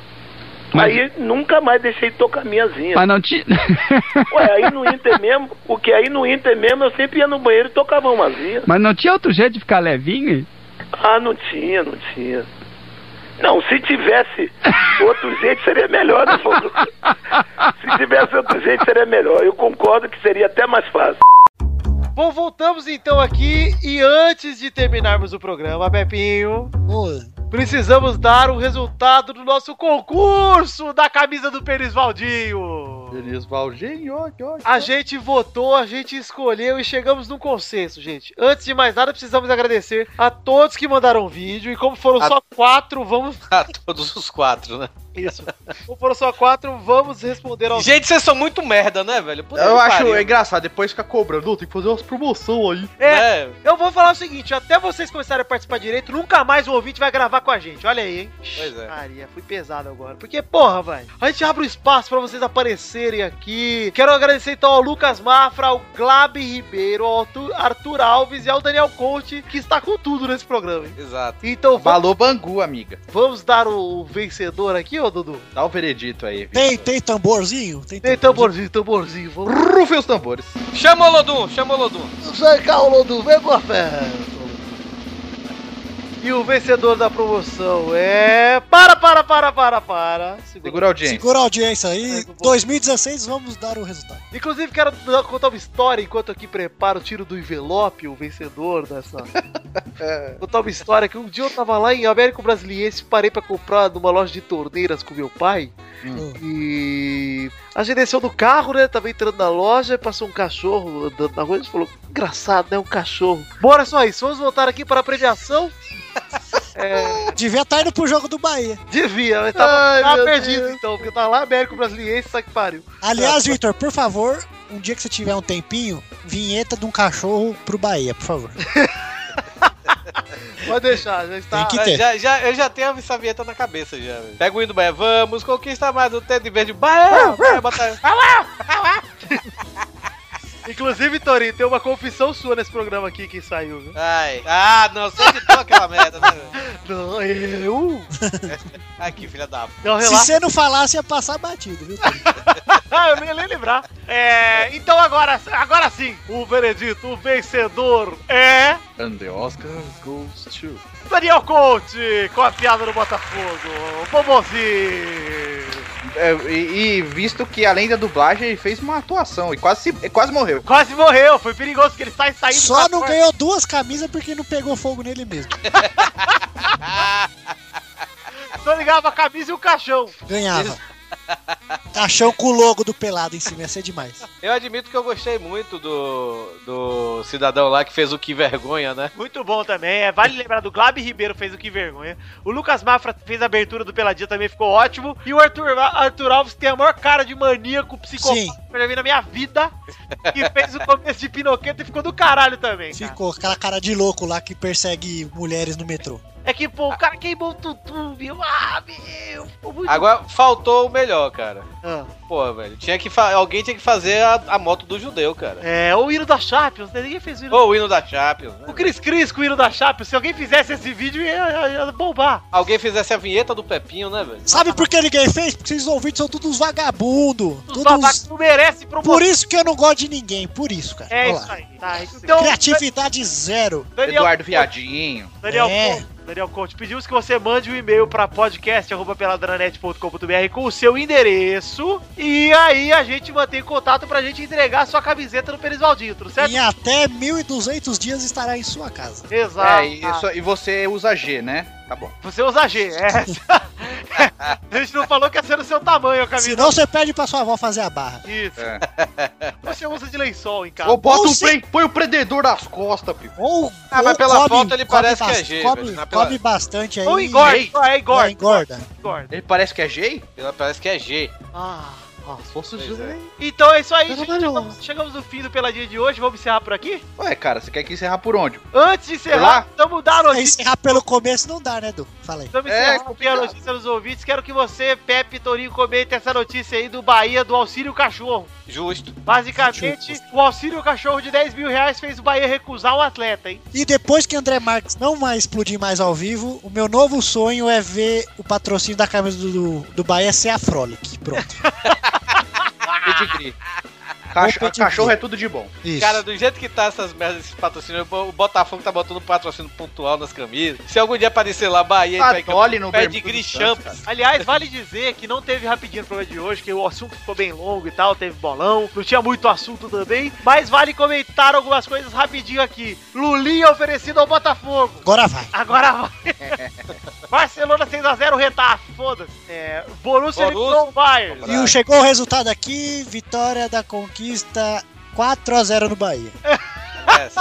Speaker 14: Mas-
Speaker 15: Aí nunca mais deixei de tocar minhazinha.
Speaker 14: Mas não tinha.
Speaker 15: Ué, aí no Inter mesmo, o que aí no Inter mesmo, eu sempre ia no banheiro e tocava uma zinha.
Speaker 14: Mas não tinha outro jeito de ficar levinho?
Speaker 15: Ah, não tinha, não tinha. Não, se tivesse outro jeito seria melhor, né, Fogo? Se tivesse outro jeito seria melhor. Eu concordo que seria até mais fácil.
Speaker 7: Bom, voltamos então aqui e antes de terminarmos o programa, Pepinho, precisamos dar o resultado do nosso concurso da camisa do Pênis Valdinho.
Speaker 3: Denis Valdinho, ó, ó, ó.
Speaker 7: A gente votou, a gente escolheu e chegamos num consenso, gente. Antes de mais nada, precisamos agradecer a todos que mandaram vídeo e como foram
Speaker 8: A-
Speaker 7: só quatro, vamos
Speaker 8: Ah, todos os quatro, né?
Speaker 7: isso. Como foram só quatro, vamos responder aos
Speaker 8: Gente, vocês são muito merda, né, velho? Puta
Speaker 3: Eu
Speaker 8: que
Speaker 3: acho
Speaker 8: pariu.
Speaker 3: engraçado, depois fica cobrando, "Ô, tem que fazer umas promoções aí.
Speaker 7: É,
Speaker 8: né?
Speaker 7: eu vou falar o seguinte, até vocês começarem a participar direito, nunca mais o ouvinte vai gravar com a gente. Olha aí, hein?
Speaker 8: Pois é.
Speaker 7: Maria, fui pesado agora. Porque, porra, velho, a gente abre o espaço pra vocês aparecerem aqui. Quero agradecer então ao Lucas Mafra, ao Glab Ribeiro, ao Arthur, Arthur Alves e ao Daniel Conte, que está com tudo nesse programa, hein?
Speaker 8: Exato.
Speaker 7: Então vamos,
Speaker 3: Valor Bangu, amiga.
Speaker 7: vamos dar o vencedor aqui, ô Dudu?
Speaker 3: Dá o veredito aí. Vitor.
Speaker 6: Tem, tem tamborzinho? Tem
Speaker 7: Tem tamborzinho, tamborzinho, vamos.
Speaker 3: Rufem os tambores.
Speaker 8: Chama o Lodum, chama o Lodum.
Speaker 2: Zé Carlos do Vem com a fé.
Speaker 7: E o vencedor da promoção é. Para, para, para, para, para.
Speaker 3: Segura a audiência.
Speaker 6: Segura a audiência aí. 2016 vamos dar o resultado.
Speaker 7: Inclusive, quero dar- contar uma história enquanto aqui preparo o tiro do envelope, o vencedor dessa. contar uma história que um dia eu tava lá em Américo Brasiliense, parei pra comprar numa loja de torneiras com meu pai.
Speaker 6: Hum.
Speaker 7: E a gente desceu do carro, né? Tava entrando na loja, passou um cachorro andando na rua e falou: engraçado, né? Um cachorro. Bora só isso, vamos voltar aqui para a premiação.
Speaker 6: Devia estar indo pro jogo do Bahia.
Speaker 7: Devia, mas tava,
Speaker 2: Ai,
Speaker 7: tava
Speaker 2: meu
Speaker 7: perdido
Speaker 2: Deus.
Speaker 7: então, porque tava lá Américo Brasiliense, sabe que pariu.
Speaker 6: Aliás, Vitor, por favor, um dia que você tiver um tempinho, vinheta de um cachorro pro Bahia, por favor.
Speaker 7: Pode deixar, já está.
Speaker 6: Tem que ter.
Speaker 8: Já, já, eu já tenho essa vinheta na cabeça já. velho. Pega o hino do Bahia, vamos conquistar mais um teto em verde. Bahia, Bahia, bota...
Speaker 7: Inclusive, Torinho, tem uma confissão sua nesse programa aqui que saiu, viu?
Speaker 8: Ai. Ah, não, você editou aquela merda, né?
Speaker 7: Não, eu. É um
Speaker 8: Aqui, filha da. p-
Speaker 6: Se você não falasse, ia passar batido, viu?
Speaker 7: Ah, eu não ia nem lembrar. É, então agora, agora sim, o veredito, o vencedor é.
Speaker 11: And the Oscar goes to.
Speaker 7: Daniel Conte, com a piada do Botafogo. Bobozinho.
Speaker 3: É, e, e visto que além da dublagem ele fez uma atuação e quase, se- quase morreu.
Speaker 7: Quase morreu, foi perigoso que ele sai saindo.
Speaker 6: Só não ganhou duas camisas porque não pegou fogo nele mesmo.
Speaker 7: Só ligava a camisa e o caixão.
Speaker 6: Ganhava. Caixão com o logo do pelado em cima, ia ser demais.
Speaker 8: Eu admito que eu gostei muito do, do cidadão lá que fez o que vergonha, né?
Speaker 7: Muito bom também. É, vale lembrar do Glabe Ribeiro fez o que vergonha. O Lucas Mafra fez a abertura do Peladinha também ficou ótimo. E o Arthur, Arthur Alves tem a maior cara de maníaco,
Speaker 6: Sim.
Speaker 7: psicopata que eu já vi na minha vida. E fez o começo de Pinoqueto e ficou do caralho também. cara.
Speaker 6: Ficou aquela cara de louco lá que persegue mulheres no metrô.
Speaker 7: É que, pô, o cara queimou o tutu, viu? Ah, meu. Ficou
Speaker 6: Ah.
Speaker 7: muito
Speaker 8: Agora faltou o melhor, cara.
Speaker 7: Ah.
Speaker 8: Pô, velho, tinha que fa- alguém tinha que fazer a, a moto do judeu, cara.
Speaker 7: É, ou o hino da Champions, né? Ninguém fez o hino.
Speaker 8: Ou o hino da Champions. né?
Speaker 7: O Cris Cris com o hino da Champions. Se alguém fizesse esse vídeo, ia, ia, ia bombar.
Speaker 8: Alguém fizesse a vinheta do Pepinho, né, velho?
Speaker 6: Sabe por que ninguém fez? Porque esses ouvintes são todos vagabundos.
Speaker 7: Os babacas não merecem promoção.
Speaker 6: Por isso que eu não gosto de ninguém, por isso, cara.
Speaker 7: É
Speaker 6: Olha
Speaker 7: isso
Speaker 6: lá.
Speaker 7: aí. Tá, então,
Speaker 6: Criatividade zero.
Speaker 3: é
Speaker 7: Daniel- Eduardo
Speaker 3: Viadinho.
Speaker 7: Daniel
Speaker 6: É.
Speaker 7: Conte, Daniel Conte, pedimos que você mande um e-mail para podcast@peladranet.com.br com o seu endereço e aí a gente mantém contato pra gente entregar a sua camiseta no Perisvaldinho, tudo certo?
Speaker 6: Em até 1.200 dias estará em sua casa.
Speaker 7: Exato.
Speaker 3: É, e, isso- e você usa G, né? Tá bom.
Speaker 7: Você usa G, é. a gente não falou que ia ser o seu tamanho a camisa.
Speaker 6: Senão você pede pra sua avó fazer a barra.
Speaker 7: Isso.
Speaker 3: É.
Speaker 7: Você usa de lençol em casa.
Speaker 3: Ou bota um
Speaker 6: se-
Speaker 3: pre- põe o prendedor nas costas, pico.
Speaker 6: Ou,
Speaker 8: Ah, mas
Speaker 6: ou
Speaker 8: pela foto ele parece
Speaker 6: bas-
Speaker 8: que é gay,
Speaker 6: Come,
Speaker 8: velho, na pela-
Speaker 6: come bastante aí.
Speaker 7: Ou engorda,
Speaker 6: É,
Speaker 7: é, engorda.
Speaker 6: engorda.
Speaker 7: engorda.
Speaker 3: Ele parece que é G?
Speaker 8: Ela parece que é G.
Speaker 7: Ah.
Speaker 3: Se fosse
Speaker 8: Pois
Speaker 3: G.
Speaker 8: é.
Speaker 7: Então é isso aí, gente. Chegamos, chegamos no fim do Peladinha de hoje. Vamos encerrar por aqui?
Speaker 3: Ué, cara, você quer que encerrar por onde?
Speaker 7: Antes de encerrar,
Speaker 3: Olá.
Speaker 7: precisamos dar a
Speaker 6: Aí
Speaker 7: notícia.
Speaker 6: encerrar pelo começo não dá, né, Du? Fala aí.
Speaker 7: Precisamos
Speaker 3: É,
Speaker 7: encerrar aqui a
Speaker 3: complicado.
Speaker 7: notícia dos ouvintes. Quero que você, Pepe e Torinho, comente essa notícia aí do Bahia do Auxílio Cachorro.
Speaker 8: Justo.
Speaker 7: Basicamente, o Auxílio Cachorro de 10 mil reais fez o Bahia recusar o atleta, hein?
Speaker 6: E depois que André Marques não vai explodir mais ao vivo, o meu novo sonho é ver o patrocínio da camisa do, do Bahia ser a Frolic. Pronto.
Speaker 3: Pedigree. Cacho-
Speaker 6: Ou pedigree.
Speaker 3: cachorro é tudo de bom.
Speaker 6: Isso.
Speaker 8: Cara, do jeito que tá essas merdas, esses patrocínios, o Botafogo tá botando patrocínio pontual nas camisas. Se algum dia aparecer lá Bahia,
Speaker 3: Ah,
Speaker 8: vai
Speaker 3: dole no
Speaker 8: tá pede
Speaker 3: Bermuda do
Speaker 8: Grishamp.
Speaker 3: Santos,
Speaker 7: Aliás, vale dizer que não teve rapidinho no programa de hoje, que o assunto ficou bem longo e tal, teve bolão, não tinha muito assunto também, mas vale comentar algumas coisas rapidinho aqui. Lulinha oferecido ao Botafogo.
Speaker 6: Agora vai.
Speaker 7: Agora vai. Barcelona 6x0, Retafe, foda-se. É, Borussia
Speaker 8: Borussia.
Speaker 7: eliminou o Bayern.
Speaker 6: E o- chegou o resultado aqui, vitória da conquista 4 a 0 no Bahia.
Speaker 8: É,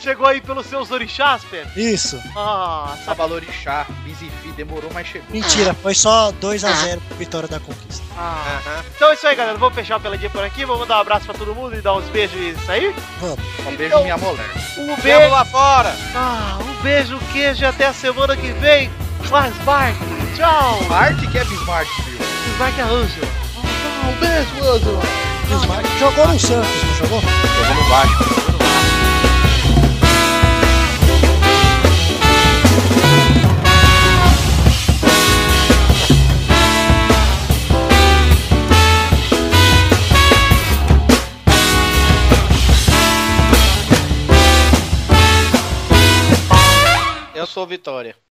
Speaker 7: Chegou aí pelos seus orixás, Pedro.
Speaker 6: Isso.
Speaker 7: Nossa,
Speaker 3: Sabalorixá, Bizifi, demorou, mas chegou.
Speaker 6: Mentira, foi só 2 a 0 vitória da conquista.
Speaker 7: ah. Então é isso aí, galera. Vou fechar pela dia por aqui. Vou mandar um abraço pra todo mundo e dar uns beijos e isso aí.
Speaker 6: Vamos.
Speaker 3: Um beijo,
Speaker 7: Então-
Speaker 3: minha mulher.
Speaker 7: Um
Speaker 8: Vamos
Speaker 7: beijo.
Speaker 8: lá fora!
Speaker 7: Ah, um beijo, queijo e até a semana que vem. Mais Mark. Tchau.
Speaker 3: Arte que é Bismarck, filho.
Speaker 7: Mark Arranjo.
Speaker 2: Um beijo, Ângelo.
Speaker 6: Bismarck Jogou no Santos, não jogou?
Speaker 8: Jogou no baixo. Eu sou Vitória.